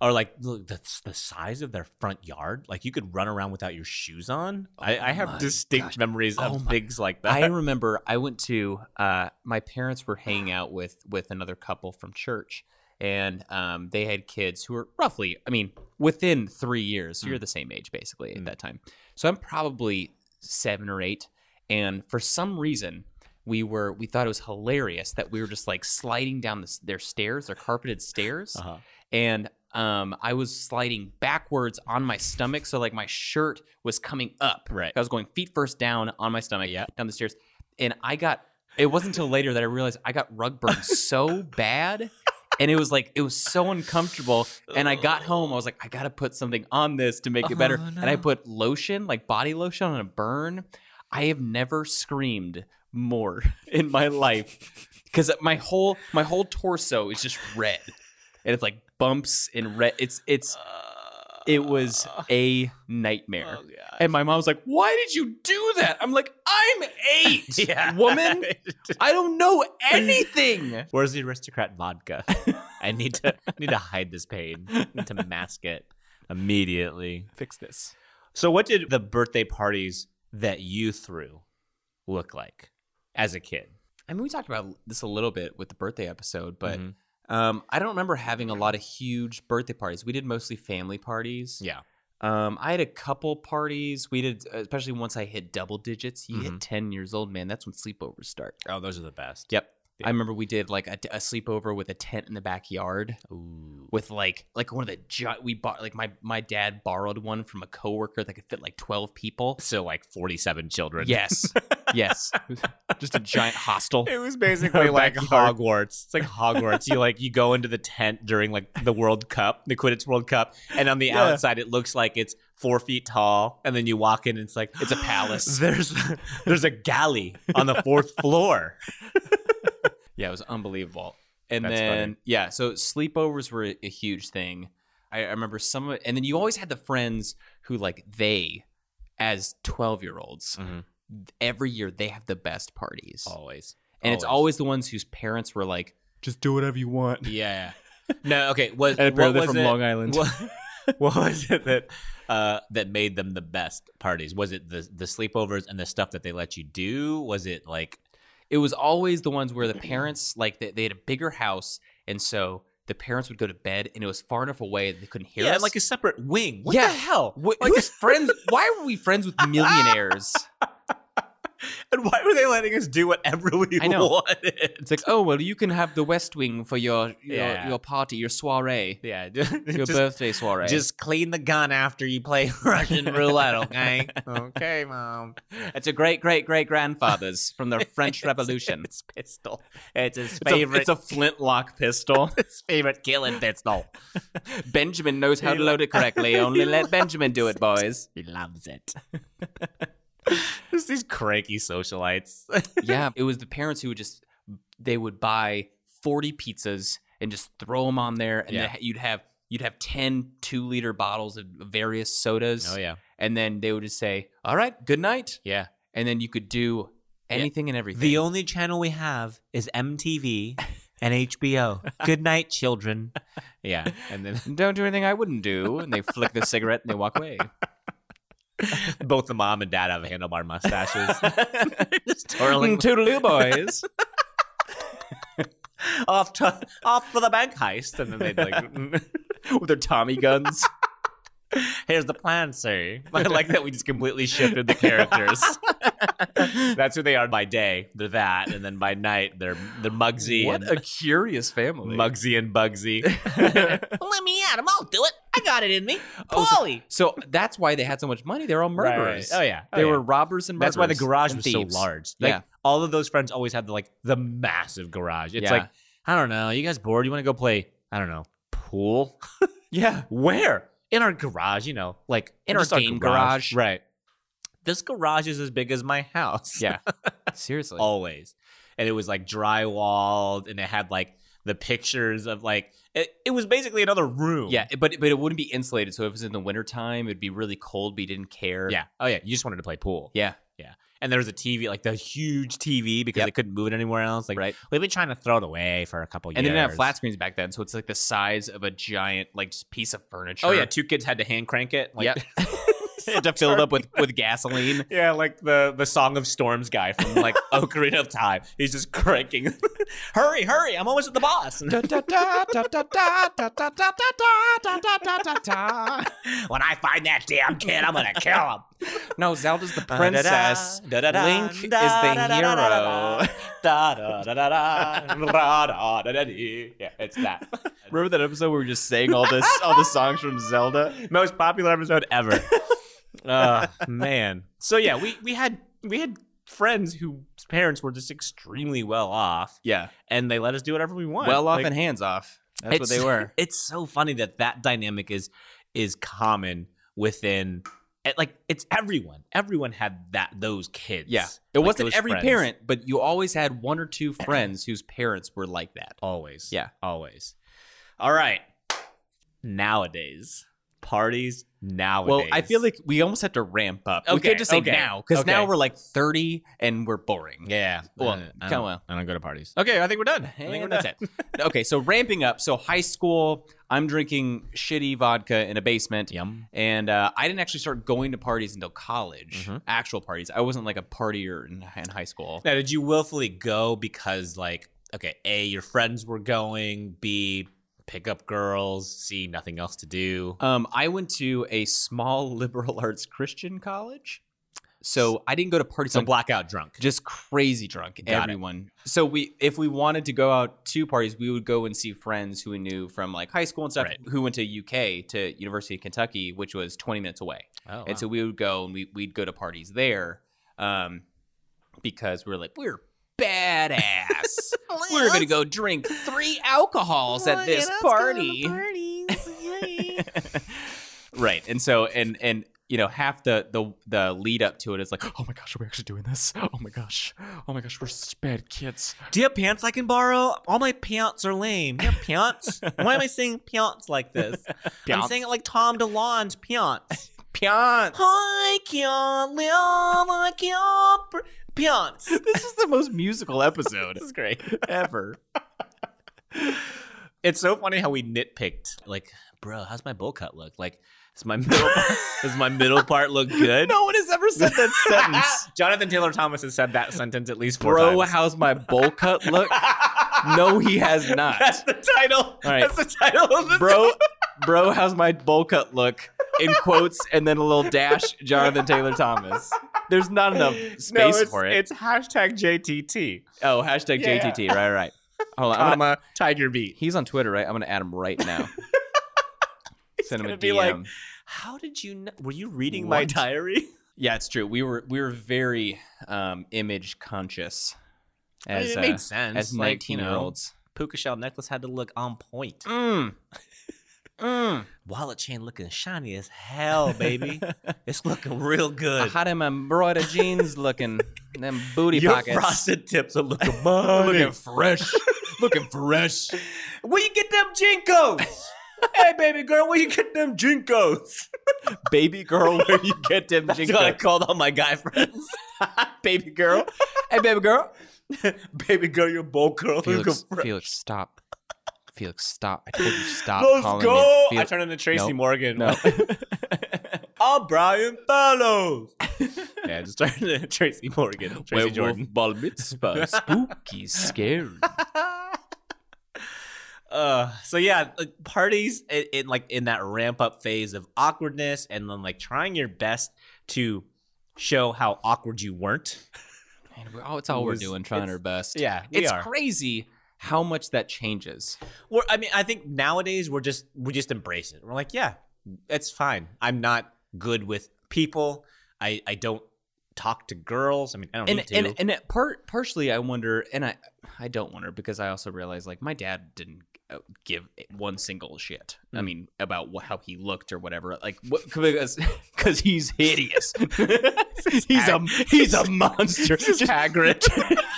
C: Or like look, that's the size of their front yard. Like you could run around without your shoes on. I, I
A: my
C: have distinct
A: gosh.
C: memories
A: Oh
C: of
A: my-
C: things like that.
A: I remember I went to uh, my parents were hanging out with with another couple from church, and um, they had kids who were roughly, I mean, within three years.
C: Mm.
A: You're the same age basically at that time, so I'm probably seven or eight. And for some reason, we were we thought it was hilarious that we were just like sliding down the, s- their stairs, their carpeted stairs,
C: Uh-huh.
A: and um, I was sliding backwards on my stomach, so like my shirt was coming up.
C: Right.
A: I was going feet first down on my stomach
C: Yeah.
A: down the stairs, and I got. It wasn't until later that I realized I got rug burn so bad, and it was like it was so uncomfortable. And I got home, I was like, I gotta put something on this to make it better.
C: Oh,
A: And I
C: no.
A: put lotion, like body lotion, on a burn. I have never screamed more in my life because my whole my whole torso is just red and it's like bumps and red. It's it's it was a nightmare. and my mom was like, "Why did you do that?" I'm like, "I'm eight,
C: Yeah.
A: woman. I don't know anything."
C: Where's the aristocrat vodka? I need to I need to hide this pain. I need to mask it immediately.
A: Fix this.
C: So, what did the birthday parties that you threw look like as a kid?
A: I mean, we talked about this a little bit with the birthday episode, but
C: Mhm.
A: um, I don't remember having a lot of huge birthday parties. We did mostly family parties.
C: yeah,
A: Um, I had a couple parties. We did, especially once I hit double digits. You hit ten years old, man. That's when sleepovers start.
C: Mm-hmm. oh, those are the best.
A: Yep.
C: Yeah.
A: I remember we did like a, a sleepover with a tent in the backyard
C: Ooh.
A: with like like one of the gi- we bought like my my dad borrowed one from a coworker that could fit like 12 people.
C: So, like forty-seven children.
A: Yes. yes. Just a giant hostel.
C: It was basically like
A: backyard.
C: Hogwarts. It's like Hogwarts. you like you go into the tent during like the World Cup, the Quidditch World Cup, and on the
A: Yeah.
C: outside it looks like it's four feet tall, and then you walk in and it's like
A: It's a palace.
C: There's there's a galley on the fourth floor.
A: Yeah, it was unbelievable. And
C: That's
A: then
C: funny.
A: yeah, so sleepovers were a, a huge thing. I, I remember some of, and then you always had the friends who like they as 12 year olds
C: Mhm.
A: every year they have the best parties
C: Oh, Always,
A: and it's always the ones whose parents were like
D: Just do whatever you want.
C: Yeah. No. Okay. Was
D: And apparently
C: what
D: they're
C: was
D: from
C: it-
D: Long Island.
C: What, what was it that uh, that made them the best parties? Was it the the sleepovers and the stuff that they let you do? Was it like
A: it was always the ones where the parents like they, they had a bigger house and so the parents would go to bed and it was far enough away that they couldn't hear
C: yeah,
A: us
C: like a separate wing? What
A: Yeah.
C: the hell?
A: Wh-
C: like-
A: who's friends why were we friends with millionaires
C: And why were they letting us do whatever we
A: I know.
C: wanted?
A: it's like oh well you can have the west wing for your your,
C: Yeah.
A: your party your soiree
C: Yeah. Just,
A: your birthday soiree
C: just clean the gun after you play Russian roulette, okay? okay, mom.
A: it's your great great great grandfathers from the french revolution
C: It's pistol. It's his
A: It's a-
C: favorite.
A: it's a flintlock pistol
C: his favorite killing pistol.
A: benjamin knows how to load it correctly only let benjamin do it boys
C: He loves it. Just these cranky socialites.
A: yeah, it was the parents who would just they would buy 40 pizzas and just throw them on there, and
C: Yeah.
A: then you'd have you'd have 10 two liter bottles of various sodas,
C: Oh yeah,
A: and then they would just say, "All right, good night,"
C: yeah.
A: and then you could do anything and everything.
C: The only channel we have is MTV and HBO. Good night, children. Yeah, and then
A: don't do anything I wouldn't do, and they flick the cigarette and they walk away.
C: both the mom and dad have handlebar mustaches, just twirling
A: Mm, Toodaloo, boys.
C: Mm, off to off for the bank heist, and then they like mm, with their Tommy guns. Here's the plan, sir. I like that we just completely shifted the characters. That's who they are by day. They're that, and then by night they're they're Mugsy
A: what
C: and
A: a curious family.
C: Mugsy and Bugsy. Let me at him. I'll do it. I got it in me.
A: Oh, so-
C: Polly.
A: So that's why they had so much money. They were all murderers.
C: Oh yeah. Oh,
A: They
C: yeah.
A: were robbers and murderers.
C: That's why the garage
A: and
C: was so
A: thieves.
C: large. Like
A: Yeah.
C: all of those friends always had the, like the massive garage. It's
A: Yeah.
C: like I don't know. You guys bored? You want to go play? I don't know. Pool?
A: Yeah.
C: Where? In our garage? You know, like
A: In our
C: just
A: game garage.
C: Right. This garage is as big as my house.
A: Yeah. Seriously.
C: always. And it was like drywalled, and it had like the pictures of like it, it was basically another room.
A: yeah, but but it wouldn't be insulated. So if it was in the wintertime, it'd be really cold, but you didn't care.
C: Yeah. Oh yeah. You just wanted to play pool.
A: Yeah.
C: Yeah. And there was a TV, like the huge TV, because
A: Yep.
C: they couldn't move it anywhere else. Like
A: Right.
C: we've been trying to throw it away for a couple
A: And
C: years.
A: they didn't have flat screens back then, so it's like the size of a giant like just piece of furniture.
C: Oh yeah, two kids had to hand crank it. Like,
A: Yep. to fill it up with with gasoline.
C: Yeah, like the the Song of Storms guy from like Ocarina of Time. He's just cranking. hurry, hurry! I'm almost at the boss. when I find that damn kid, I'm gonna kill him.
A: No, Zelda's the princess. Link is the hero.
C: Yeah, it's that.
A: Remember that episode where we were just saying all this, all the songs from Zelda?
C: Most popular episode ever. Oh man. So yeah, we we had we had friends whose parents were just extremely well off,
A: Yeah,
C: and they let us do whatever we want.
A: well off
C: Like,
A: and hands off. That's what
C: it's-
A: they were.
C: It's so funny that that dynamic is is common within. it- Like it's everyone. Everyone had that those kids.
A: Yeah, it
C: Like,
A: wasn't
C: those
A: every
C: friends.
A: parent, but you always had one or two friends whose parents were like that.
C: Always.
A: Yeah.
C: Always. All right. Nowadays. Parties nowadays.
A: Well, I feel like we almost have to ramp up. we
C: Okay,
A: can't just say
C: okay,
A: now because
C: okay.
A: now we're like thirty and we're boring.
C: Yeah.
A: Well,
C: I don't- I
A: kinda
C: don't-
A: well.
C: I don't go to parties.
A: Okay, I think we're done. I
C: think we're
A: that's it. Okay, so ramping up. So high school, I'm drinking shitty vodka in a basement.
C: Yum.
A: And uh, I didn't actually start going to parties until college,
C: Mhm.
A: actual parties. I wasn't like a partier in, in high school.
C: Now, did you willfully go because, like, okay, A, your friends were going, B, pick up girls, C, nothing else to do?
A: Um, I went to a small liberal arts Christian college, so I didn't go to parties.
C: So
A: on-
C: blackout drunk.
A: just crazy drunk.
C: Got it.
A: everyone. So we, if we wanted to go out to parties, we would go and see friends who we knew from like high school and stuff,
C: Right.
A: who went to UK to University of Kentucky, which was 20 minutes away.
C: Oh, wow.
A: And so we would go and we, we'd go to parties there, um, because we were like we're badass. we're gonna go drink three alcohols at this party. right and so and and you know half the the the lead up to it is like oh my gosh are we actually doing this oh my gosh oh my gosh we're such bad kids
C: Do you have pants I can borrow? All my pants are lame. You have pants? Why am I saying pants like this? I'm
A: Pants.
C: saying it like Tom DeLon's pants.
A: pants
C: I can't live, I can't br- pants.
A: this is the most musical episode
C: is great.
A: ever
C: It's so funny how we nitpicked. Like, bro, how's my bowl cut look? Like, does my middle does my middle part look good?
A: no one has ever said that sentence
C: Jonathan Taylor Thomas has said that sentence at least four
A: bro
C: times.
A: how's my bowl cut look no he has not
C: That's the title.
A: right.
C: That's the title of the
A: bro bro how's my bowl cut look in quotes and then a little dash jonathan taylor thomas there's not enough space
C: it's,
A: for it
C: It's hashtag JTT,
A: oh hashtag
C: Yeah, yeah.
A: jtt right right hold on I'm gonna-
C: comma Tiger Beat.
A: He's on Twitter, right? I'm gonna add him right now. Send him a
C: gonna
A: DM.
C: be like- How did you? Know, were you reading my
A: What?
C: diary?
A: yeah, it's true. We were we were very um, image conscious
C: I mean,
A: as
C: it
A: uh,
C: made sense.
A: as
C: like, you
A: 19 year
C: know,
A: olds.
C: Puka shell necklace had to look on point.
A: Mm. Mm.
C: Wallet chain looking shiny as hell, baby. it's looking real
A: I
C: good.
A: had him embroidered jeans looking. Them booty
C: Your
A: pockets.
C: frosted tips are looking money.
A: fresh. looking fresh.
C: Where you get them jinkos? hey, baby girl, where you get them jinkos?
A: Baby girl, where you get them
C: That's what I
A: jinkos?
C: called all my guy friends.
A: Baby girl. Hey, baby girl.
C: baby girl, you're bold girl. Look
A: Felix,
C: fresh.
A: Felix, stop. Felix, stop. I told you stop
C: Let's
A: calling
C: go.
A: me.
C: I
A: Felix,
C: turn into Tracy
A: No.
C: Morgan.
A: No.
C: I'm Brian Fallows. yeah, just turn into Tracy Morgan. Tracy
A: Werewolf
C: Jordan.
A: Bar mitzvah, spooky, scary.
C: Uh, so yeah, like parties in, in like in that ramp up phase of awkwardness, and then like trying your best to show how awkward you weren't.
A: Man, we're, all, it's all we're
C: Was-
A: doing, trying
C: it's-
A: our best.
C: Yeah, we
A: it's
C: are.
A: crazy how much that changes.
C: We're, I mean, I think nowadays we're just we just embrace it. We're like, yeah, it's fine. I'm not good with people. I I don't talk to girls. I mean, I don't
A: And
C: need to.
A: and, and it par- partially, I wonder, and I I don't wonder because I also realize like my dad didn't uh, give one single shit. I
C: Mm.
A: mean, about wh- how he looked or whatever. Like what, because because he's hideous. he's a he's a monster.
C: This is
A: Hagrid.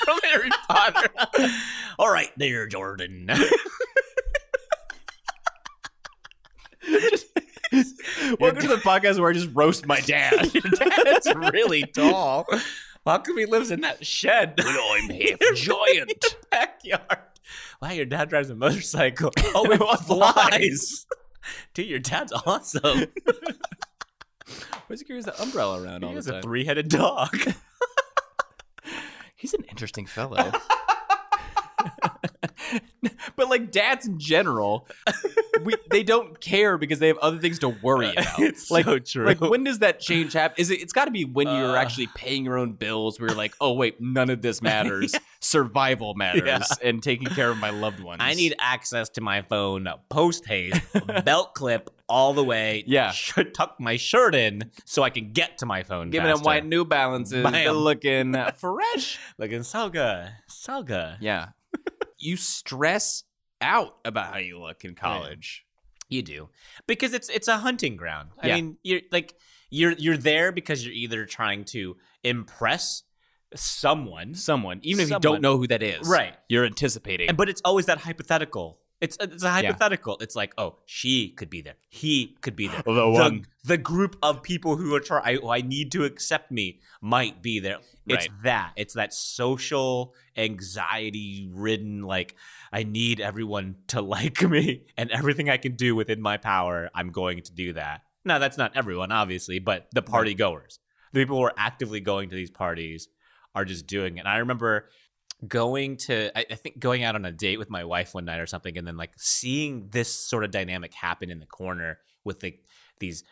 C: from Harry Potter. All right, there, Jordan.
A: Welcome to the podcast where I just roast my dad.
C: That's really tall. How come he lives in that shed? I'm half giant. Backyard. Wow, your dad drives a motorcycle. Oh, it flies. Dude, your dad's awesome.
A: I was curious the umbrella around all
C: He
A: the
C: has a
A: time.
C: three-headed dog.
A: He's an interesting fellow. but like dads in general, we they don't care because they have other things to worry about.
C: it's
A: like,
C: so true.
A: Like when does that change happen? Is it? It's got to be when you're
C: Uh.
A: actually paying your own bills. Where you're like, oh wait, none of this matters. Survival matters, and taking care of my loved ones.
C: I need access to my phone post haste, belt clip all the way.
A: Yeah.
C: Should tuck my shirt in so I can get to my phone.
A: giving them
C: faster.
A: white New Balances.
C: Bam.
A: They're looking fresh.
C: Looking so good. So good.
A: Yeah, you stress out about how you look in college.
C: You do. Because it's it's a hunting ground. I
A: Yeah.
C: mean, you're like you're you're there because you're either trying to impress someone.
A: Someone, even if you
C: Someone.
A: don't know who that is,
C: Right.
A: You're anticipating.
C: And- but it's always that hypothetical. It's it's a hypothetical. It's like, oh, she could be there. He could be there.
A: The one.
C: the group of people who are trying, who I need to accept me, might be there. It's that. It's that social anxiety ridden. Like, I need everyone to like me, and everything I can do within my power, I'm going to do that. Now, that's not everyone, obviously, but the party goers, the people who are actively going to these parties, are just doing it. And I remember going to I, I think going out on a date with my wife one night or something and then like seeing this sort of dynamic happen in the corner with like these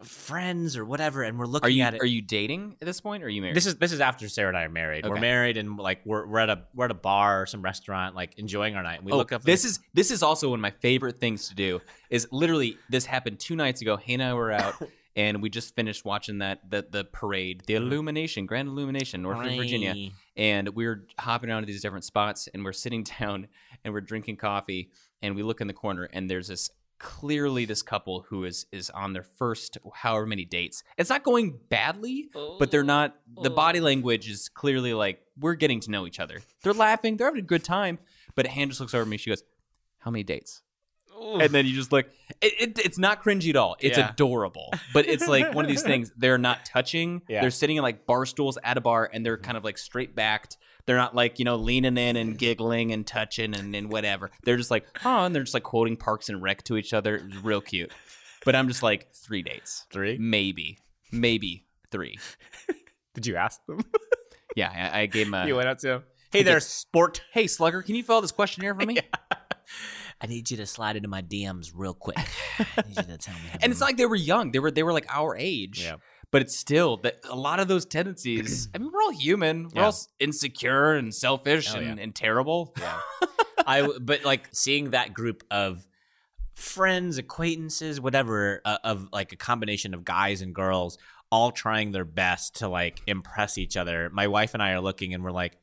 C: f- friends or whatever and we're looking
A: are you
C: at it
A: are you dating at this point? Or are you married?
C: this is this is after Sarah and I are married. We're
A: Okay.
C: married and like we're we're at a we're at a bar or some restaurant like enjoying our night and we
A: oh,
C: look up
A: this is this is also one of my favorite things to do. Is literally this happened two nights ago. Hannah and I were out. And we just finished watching that the the parade, the illumination, Grand Illumination, Northern Virginia, and we were hopping around to these different spots, and we're sitting down and we're drinking coffee, and we look in the corner, and there's this clearly this couple who is is on their first however many dates. It's not going badly, but they're not the body language is clearly like we're getting to know each other they're laughing they're having a good time but Hannah just looks over at me she goes how many dates and then you just look it, it, it's not cringy at all it's
C: Yeah.
A: adorable but it's like one of these things they're not touching
C: Yeah.
A: they're sitting in like bar stools at a bar and they're kind of like straight backed they're not like you know leaning in and giggling and touching and, and whatever they're just like oh and they're just like quoting parks and rec to each other it was real cute but i'm just like three dates
C: three.
A: maybe maybe three
C: Did you ask them?
A: yeah, I, I gave him a.
C: you went out to them? Uh, Hey there, sport.
A: hey, Slugger, can you fill out this questionnaire for me?
C: I need you to slide into my DMs real quick. I need you to tell me.
A: And it's not like they were young; they were they were like our age.
C: Yeah.
A: But it's still that a lot of those tendencies. I mean, we're all human. We're
C: Yeah.
A: all s- insecure and selfish
C: Oh,
A: and,
C: yeah.
A: and terrible.
C: I w- but like seeing that group of friends, acquaintances, whatever, uh, of like a combination of guys and girls all trying their best to like impress each other. My wife and I are looking and we're like,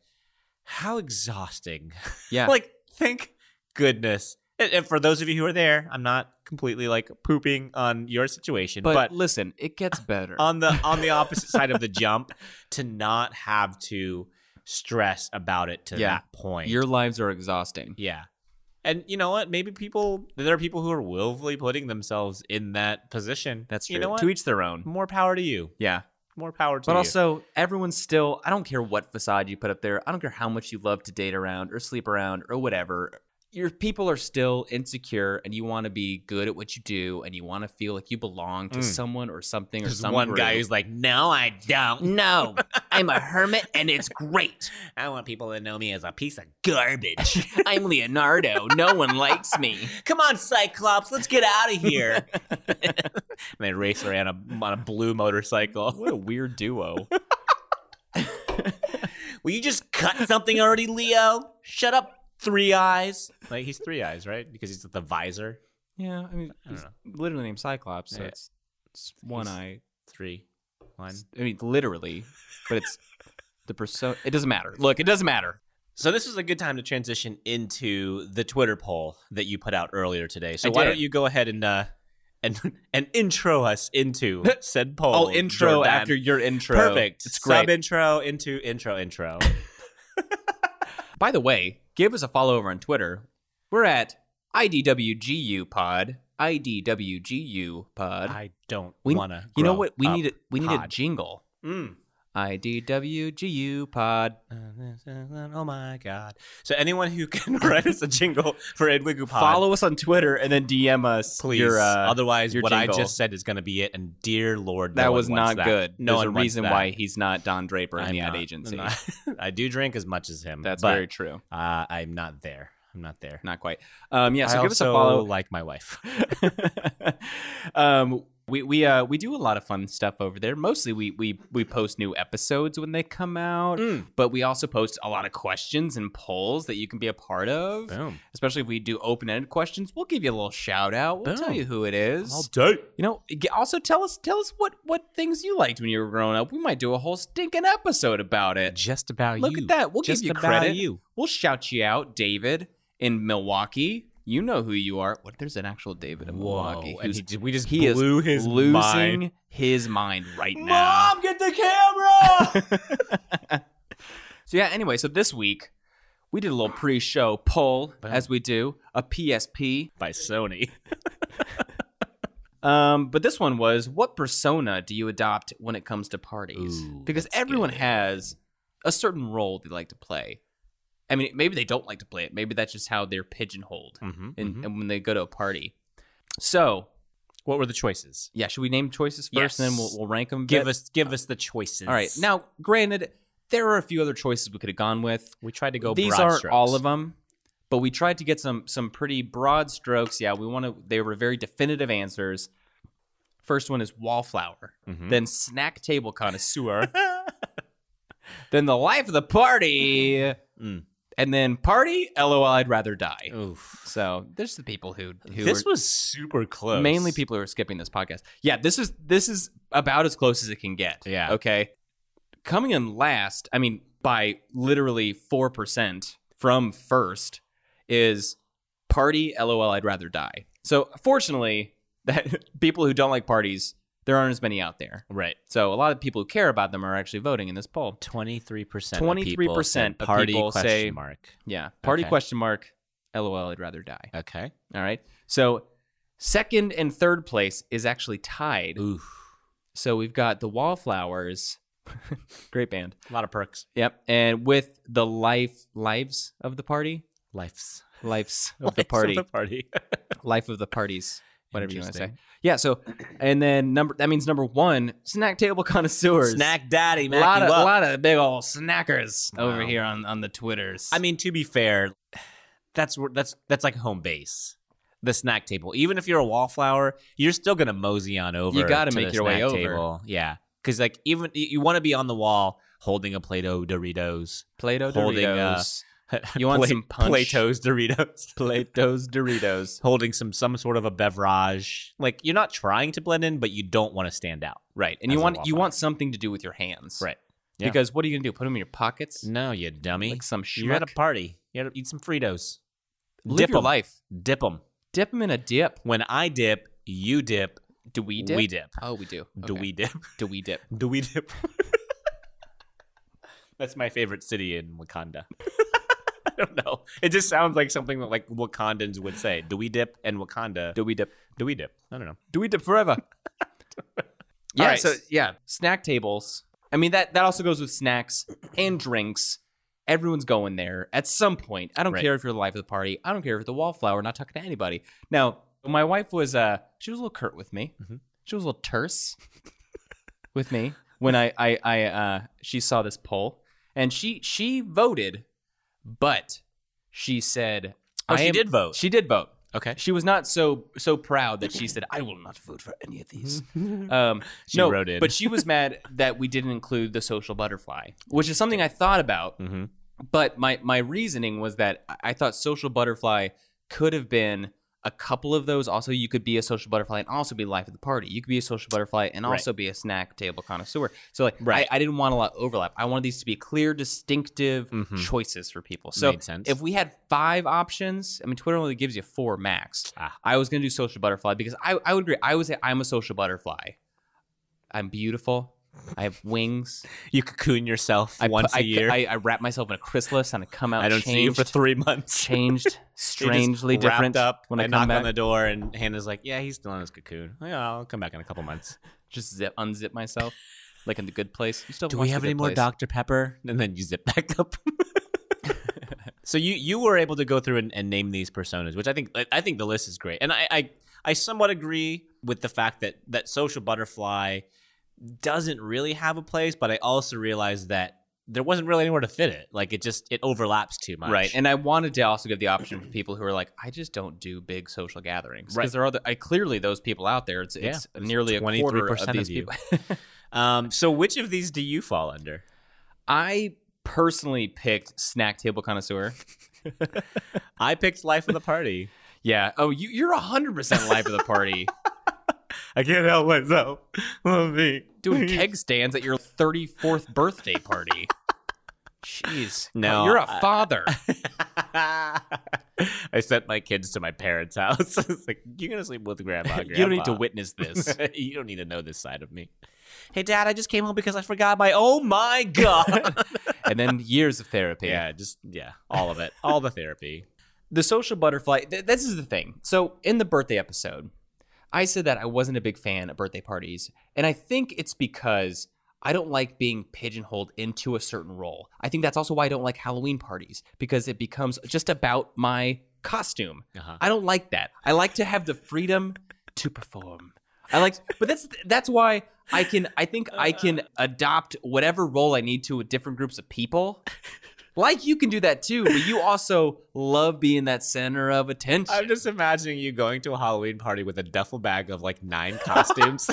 C: how exhausting.
A: Yeah.
C: like, thank goodness. And, and for those of you who are there, I'm not completely like pooping on your situation,
A: but,
C: but
A: listen, it gets better.
C: on the on the opposite side of the jump to not have to stress about it to
A: Yeah.
C: that point.
A: Your lives are exhausting.
C: yeah. And you know what? Maybe people there are people who are willfully putting themselves in that position.
A: That's true.
C: You know what?
A: To each their own.
C: More power to you.
A: Yeah.
C: More power to
A: But
C: you.
A: also, everyone's still, I don't care what facade you put up there. I don't care how much you love to date around or sleep around or whatever. Your people are still insecure and you want to be good at what you do and you want to feel like you belong to
C: Mm.
A: someone or something or
C: there's
A: some
C: one guy
A: group.
C: who's like, "No, I don't.
E: No, I'm a hermit and it's great.
C: I want people to know me as a piece of garbage."
E: I'm Leonardo. No one likes me.
C: Come on, Cyclops, let's get out of here. and they race around a, on a blue motorcycle.
A: What a weird duo.
C: Will you just cut something already, Leo? Shut up, Three Eyes. Like he's Three Eyes, right? Because he's the visor.
A: yeah, I mean,
C: I don't
A: he's
C: know.
A: literally named Cyclops, so
C: Yeah.
A: it's, it's one
C: He's-
A: eye.
C: Three, one.
A: I mean, literally, but it's the persona. It doesn't matter. Look, it doesn't matter.
C: So this is a good time to transition into the Twitter poll that you put out earlier today. So
A: I
C: why
A: did.
C: don't you go ahead and uh, and and intro us into said poll?
A: I'll intro
C: Oh, Jordan.
A: after your intro.
C: Perfect.
A: It's great.
C: Sub intro into intro intro.
A: By the way, give us a follow over on Twitter. We're at IDWGU pod. IDWGU pod.
C: I don't
A: We-
C: want to.
A: you know what? We need
C: it.
A: a, we need a
C: pod.
A: jingle.
C: Mm.
A: IDWGU pod.
C: Oh my god! So anyone who can write us a jingle for Edwigupod,
A: Follow us on Twitter and then DM us,
C: please.
A: Your, uh,
C: Otherwise,
A: your
C: what I
A: jingle.
C: just said is going to be it. And dear Lord, no
A: that
C: one
A: was
C: wants
A: not
C: that.
A: good.
C: No
A: There's
C: one
A: a
C: wants
A: reason
C: that.
A: why he's not Don Draper in
C: I'm
A: the ad
C: not-
A: agency.
C: I'm not- I do drink as much as him.
A: That's
C: but,
A: very true.
C: Uh, I'm not there. I'm not there.
A: Not quite. Um, yeah. So
C: I
A: give us a
C: also
A: follow.
C: Like my wife.
A: um, we we uh, we do a lot of fun stuff over there. Mostly we we we post new episodes when they come out,
C: Mm.
A: but we also post a lot of questions and polls that you can be a part of.
C: Boom.
A: Especially if we do open-ended questions, we'll give you a little shout out. We'll tell
C: Boom.
A: you who it is.
C: day.
A: you know, g- also tell us tell us what what things you liked when you were growing up. We might do a whole stinking episode about it.
C: Just about
A: Look
C: you.
A: at that. We'll
C: Just
A: give you
C: about
A: credit.
C: You.
A: We'll shout you out, David in Milwaukee. You know who you are. What? There's an actual David in
C: Whoa.
A: Milwaukee.
C: And
A: who's-
C: he, ju- we just
A: he is
C: blew his
A: losing
C: mind.
A: his mind right now.
C: Mom, get the camera!
A: So yeah. Anyway, so this week we did a little pre-show poll, as we do a PSP.
C: By Sony.
A: Um, but this one was what persona do you adopt when it comes to parties?
C: Ooh,
A: because everyone has a certain role they like to play. I mean, maybe they don't like to play it. Maybe that's just how they're pigeonholed,
C: Mhm,
A: in, and when they go to a party. So
C: What were the choices?
A: yeah, should we name choices first, and then we'll,
C: Yes.
A: we'll rank them?
C: Give us give us the choices.
A: All right. Now, granted, there are a few other choices we could have gone with.
C: we tried to go.
A: These
C: broad
A: aren't
C: strokes.
A: all of them, but we tried to get some some pretty broad strokes. Yeah, we want to. They were very definitive answers. First one is wallflower,
C: Mm-hmm.
A: then snack table connoisseur, then the life of the party, and then party. LOL, I'd rather die.
C: Mm. Oof.
A: So there's the people who who
C: This
A: were-
C: was super close.
A: mainly people who are skipping this podcast. Yeah, this is this is about as close as it can get.
C: Yeah.
A: Okay. Coming in last, I mean by literally 4% from first is party lol I'd rather die. So fortunately, that people who don't like parties, there aren't as many out there.
C: Right.
A: So a lot of people who care about them are actually voting in this poll.
C: Twenty three percent.
A: 23% of
C: party
A: people
C: question
A: say-
C: mark.
A: Yeah. Party
C: Okay.
A: question mark lol I'd rather die.
C: Okay.
A: All right. So second and third place is actually tied.
C: Oof.
A: So we've got the Wallflowers, great band.
C: A lot of perks.
A: Yep, and with the life lives of the party,
C: Life's
A: lives of the party,
C: the party.
A: life of the parties, whatever you want to say.
C: Interesting.
A: Yeah. So, and then number that means number one, snack table connoisseurs,
C: Snack daddy,
A: a
C: man.
A: lot of lot of big old snackers over
C: Wow.
A: here on on the twitters.
C: I mean, to be fair, that's where- that's that's like home base. The snack table. Even if you're a wallflower, you're still gonna mosey on over.
A: You gotta
C: to
A: make
C: the
A: your way
C: snack
A: over.
C: Table. Yeah, because like even you, want to be on the wall holding a Play-Doh Doritos.
A: Play-Doh
C: holding, uh,
A: Doritos. You want some punch.
C: Play-Dohs Doritos.
A: Play-Dohs Doritos.
C: holding some some sort of a beverage. Like you're not trying to blend in, but you don't want to stand out.
A: Right, and
C: As
A: you
C: a
A: want you
C: wallflower.
A: want something to do with your hands,
C: Right. Yeah.
A: Because what are you gonna do? Put them in your pockets?
C: No, you dummy.
A: Like some
C: you're at a
A: schmuck?
C: party. You gotta eat some Fritos.
A: Live
C: dip
A: your
C: 'em.
A: life.
C: Dip them.
A: Dip them in a dip.
C: When I dip, you dip.
A: Do we dip?
C: We dip.
A: Oh, we do.
C: Do
A: Okay.
C: we dip?
A: Do we dip?
C: Do we dip? That's my favorite city in Wakanda. I don't know. It just sounds like something that like Wakandans would say. Do we dip and Wakanda? Do
A: we dip?
C: we dip? I don't know.
A: Do we dip forever? yeah.
C: All right.
A: So yeah, snack tables. I mean that that also goes with snacks and drinks. Everyone's going there at some point. I don't
C: Right.
A: care if you're the life of the party. I don't care if you're the wallflower, not talking to anybody. Now, my wife was uh she was a little curt with me.
C: Mhm.
A: She was a little terse with me when I I I uh she saw this poll and she she voted, but she said
C: Oh,
A: I
C: she
A: am-
C: did vote.
A: She did vote.
C: Okay.
A: She was not so so proud that she said, "I will not vote for any of these." Um,
C: Mm-hmm. She
A: no,
C: wrote in.
A: but she was mad that we didn't include the social butterfly, which is something I thought about.
C: Mm-hmm.
A: But my my reasoning was that I- I thought social butterfly could have been a couple of those. Also, you could be a social butterfly and also be life of the party. You could be a social butterfly and
C: Right.
A: also be a snack table connoisseur. So like,
C: Right.
A: I, I didn't want a lot of overlap. I wanted these to be clear, distinctive
C: Mhm.
A: choices for people. So
C: Made sense.
A: if we had five options, I mean, Twitter only gives you four max.
C: Ah.
A: I was gonna do social butterfly because I I would agree. I would say I'm a social butterfly. I'm beautiful. I have wings.
C: You cocoon yourself
A: I
C: once
A: a
C: a year.
A: I, I wrap myself in a chrysalis and I come out.
C: I don't see you for
A: changed-
C: three months.
A: changed,
C: They just
A: strangely
C: wrapped
A: different.
C: Up
A: when
C: I,
A: I,
C: knock
A: come back,
C: on the door, and Hannah's like, "Yeah, he's still in his cocoon. Oh, yeah, I'll come back in a couple months."
A: just zip unzip myself, like in the good place. You still
C: Do
A: watch
C: we
A: The
C: have any
A: Good
C: more
A: Place.
C: Dr Pepper? And then you zip back up. so you you were able to go through and, and name these personas, which I think I- I think the list is great, and I I, I somewhat agree with the fact that that social butterfly doesn't really have a place, but I also realized that there wasn't really anywhere to fit it. Like it just it overlaps too much.
A: Right, and I wanted to also give the option for people who are like, I just don't do big social gatherings because
C: Right.
A: there are other. I clearly those people out there. It's, it's
C: Yeah.
A: nearly a quarter of
C: 23% of
A: these
C: you.
A: people.
C: um, so which of these do you fall under?
A: I personally picked snack table connoisseur.
C: I picked life of the party.
A: Yeah. Oh, you, you're hundred percent life of the party.
C: I can't help myself. Love me.
A: Doing keg stands at your thirty fourth birthday party. Jeez.
C: No,
A: you're a
C: I-
A: father.
C: I sent my kids to my parents' house. it's like you're gonna sleep with grandma.
A: you don't need to
C: grandpa."
A: witness this.
C: you don't need to know this side of me. Hey, Dad, I just came home because I forgot my. Oh my god.
A: and then years of therapy.
C: yeah, just yeah, all of it, all the therapy.
A: the social butterfly th- this is the thing so in the birthday episode i said that i wasn't a big fan of birthday parties and i think it's because i don't like being pigeonholed into a certain role i think that's also why i don't like halloween parties because it becomes just about my costume
C: Uh-huh.
A: i don't like that i like to have the freedom to perform i like but that's that's why i can i think i
C: Uh.
A: can adopt whatever role i need to with different groups of people like you can do that too, but you also love being that center of attention.
C: I'm just imagining you going to a Halloween party with a duffel bag of like nine costumes.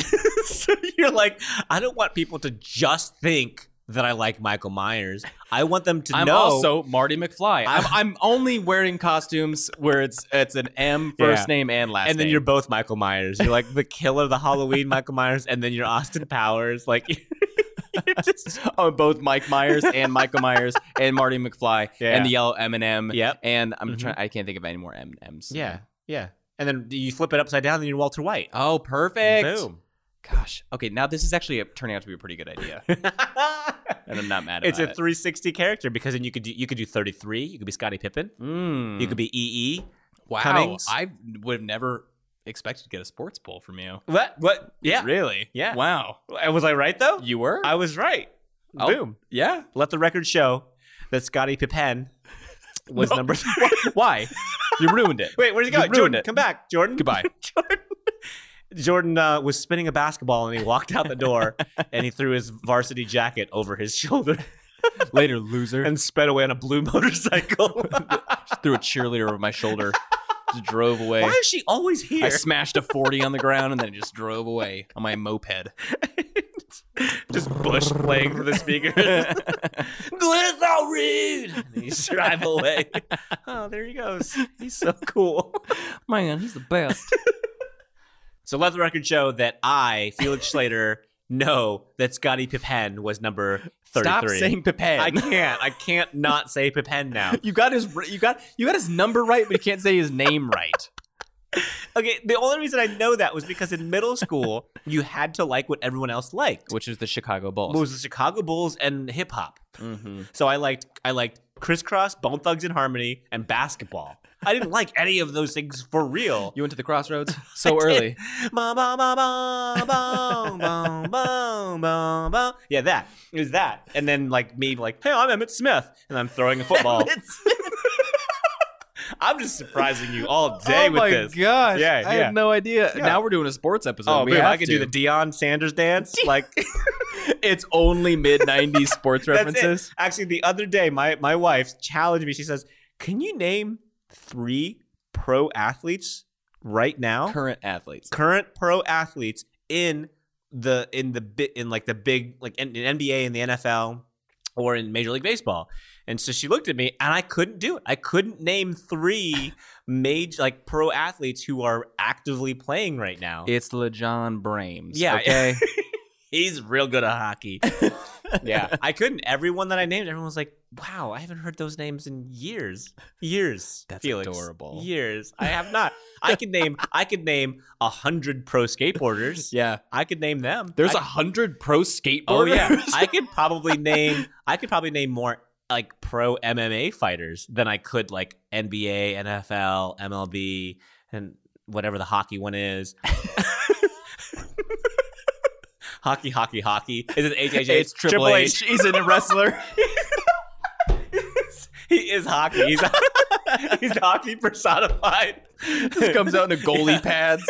C: so you're like, I don't want people to just think that I like Michael Myers. I want them to
A: I'm
C: know.
A: also Marty McFly. I'm, I'm only wearing costumes where it's it's an M first
C: Yeah.
A: name and last
C: and then
A: name.
C: you're both Michael Myers. You're like the killer, the Halloween Michael Myers, and then you're Austin Powers. Like, you're just
A: oh, both Mike Myers and Michael Myers and Marty McFly
C: Yeah.
A: and the yellow M and m
C: Yep.
A: And I'm
C: Mhm.
A: trying. I can't think of any more M M's.
C: yeah, yeah. And then you flip it upside down, and you're Walter White.
A: Oh, perfect.
C: Boom.
A: Gosh. Okay. Now this is actually turning out to be a pretty good idea, and I'm not mad
C: it's a
A: about it.
C: 360 character because then you could do, you could do 33. You could be Scottie Pippen.
A: Mm.
C: You could be E EE.
A: wow.
C: Cummings.
A: I would have never expected to get a sports poll from you.
C: What? What? Yeah.
A: Really?
C: Yeah.
A: Wow.
C: Was I right though?
A: You were?
C: I was right.
A: Oh.
C: Boom.
A: yeah.
C: Let the record show that Scottie Pippen was number three.
A: Why? You ruined it.
C: Wait, where'd he go?
A: You ruined
C: Jordan,
A: it.
C: come back, Jordan.
A: Goodbye.
C: Jordan. Jordan uh, was spinning a basketball and he walked out the door and he threw his varsity jacket over his shoulder
A: Later, loser.
C: and sped away on a blue motorcycle.
A: threw a cheerleader over my shoulder. Just drove away.
C: Why is she always here?
A: I smashed a 40 on the ground and then just drove away on my moped.
C: Just Bush playing for the speakers. Glycerine! And he just drive away. Oh, there he goes. He's so cool.
A: Man, he's the best.
C: So let the record show that I, Felix Slater, know that Scottie Pippen was number 33.
A: Stop saying Pippen.
C: I can't. I can't not say Pippen now.
A: you got his you got you got his number right, but you can't say his name right.
C: Okay, the only reason I know that was because in middle school, you had to like what everyone else liked,
A: which is the Chicago Bulls.
C: It was the Chicago Bulls and hip hop.
A: Mm-hmm.
C: So I liked I liked Crisscross, Bone Thugs and Harmony, and basketball. I didn't like any of those things for real.
A: You went to the crossroads so
C: I did.
A: early.
C: Ba, ba, ba, ba, bong, bong, bong, bong, bong. Yeah, that. It was that. And then like me like, hey, I'm Emmett Smith. And I'm throwing a football. I'm just surprising you all day
A: oh
C: with
A: my
C: this.
A: gosh!
C: Yeah,
A: I
C: yeah.
A: had no idea.
C: Yeah.
A: Now we're doing a sports episode.
C: Oh,
A: we
C: boom,
A: have
C: I could do
A: to.
C: the Dion Sanders dance. like
A: It's only mid '90s sports
C: that's
A: references.
C: it. Actually, the other day, my my wife challenged me. She says, "Can you name three pro athletes right now?
A: Current athletes.
C: current pro athletes in the in the bit in like the big like in, in NBA and the NFL or in Major League Baseball. And so she looked at me and I couldn't do it. I couldn't name 3 major like pro athletes who are actively playing right now.
A: It's LeJon Brames.
C: Yeah.
A: Okay.
C: He's real good at hockey. yeah, I couldn't. Everyone that I named, everyone was like, "Wow, I haven't heard those names in years, years."
A: That's
C: Felix.
A: adorable.
C: Years. I have not. I could name. I could name a hundred pro skateboarders.
A: yeah.
C: I could name them.
A: There's
C: I-
A: a hundred pro skateboarders.
C: Oh yeah, I could probably name. I could probably name more like pro MMA fighters than I could like NBA, NFL, MLB, and whatever the hockey one is. hockey, hockey, hockey. Is it HHH?
A: It's Triple H. He's a wrestler.
C: He is hockey. He's he's hockey personified.
A: Just comes out in a goalie
C: Yeah.
A: pads.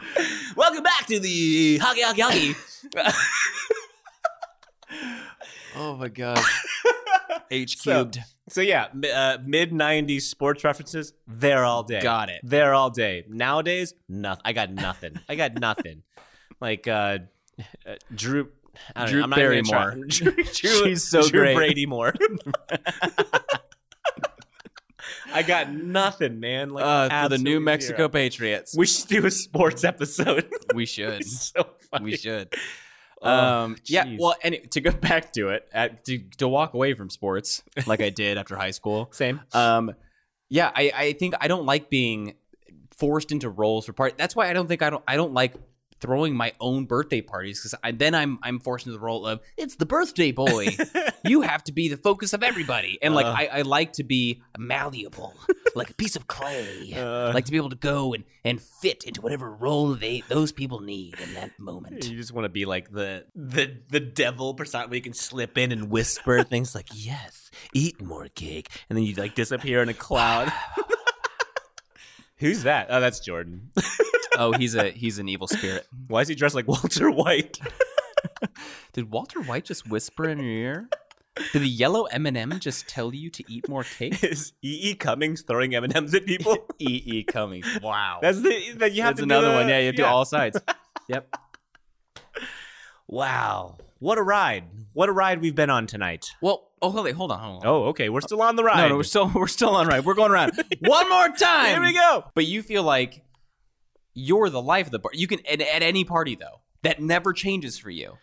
C: Welcome back to the hockey, hockey, hockey.
A: Oh my god. H
C: So-
A: cubed.
C: So yeah, mi- uh, mid '90s sports references. They're all day.
A: Got it.
C: There all day. Nowadays, nothing. I got nothing. I got nothing. Like uh, uh Drew. I don't
A: Drew
C: know, I'm not even gonna
A: Barrymore.
C: try. Drew, Drew,
A: She's so
C: Drew
A: great.
C: Brady Moore. I got nothing, man. Like
A: Uh, for the New
C: absolute
A: Mexico
C: zero.
A: Patriots.
C: We should do a sports episode.
A: We should.
C: it's so funny.
A: we should.
C: Oh,
A: um, yeah.
C: jeez.
A: Well, any to go back to it, at, to to walk away from sports like I did after high school.
C: Same.
A: Um, yeah, I, I think I don't like being forced into roles for part. That's why I don't think I don't I don't like throwing my own birthday parties because I, then I'm I'm forced into the role of it's the birthday boy. you have to be the focus of everybody, and like
C: Uh.
A: I, I like to be malleable, like a piece of clay.
C: Uh,
A: like to be able to go and, and fit into whatever role they those people need in that moment.
C: You just want to be like the the the devil persona where you can slip in and whisper things like "Yes, eat more cake," and then you like disappear in a cloud. Who's that? Oh, that's Jordan.
A: oh, he's a he's an evil spirit.
C: Why is he dressed like Walter White?
A: Did Walter White just whisper in your ear? Did the yellow M and m just tell you to eat more cake?
C: is E. E. Cummings throwing M and M's at people?
A: E. E. Cummings. Wow,
C: That's the that you have
A: That's
C: to
A: another
C: do the-
A: one. Yeah, you have to do all sides. yep.
C: Wow, what a ride! What a ride we've been on tonight.
A: Well, oh wait, hold on, hold on.
C: Oh, okay, we're still on the ride.
A: no, no, we're still we're still on right. We're going around one more time.
C: Here we go.
A: But you feel like you're the life of the party. You can at, at any party though. That never changes for you.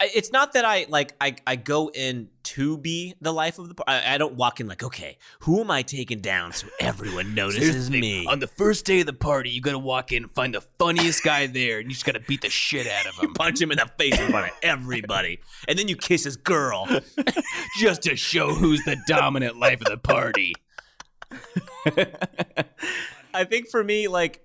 C: I- it's not that I like I, I go in to be the life of the par- I, I don't walk in like okay who am I taking down so everyone notices me
E: On the first day of the party, you gotta walk in and find the funniest guy there, and you just gotta beat the shit out of
C: you
E: him
C: punch him in the face in front of everybody and then you kiss his girl
E: just to show who's the dominant life of the party.
C: I think for me like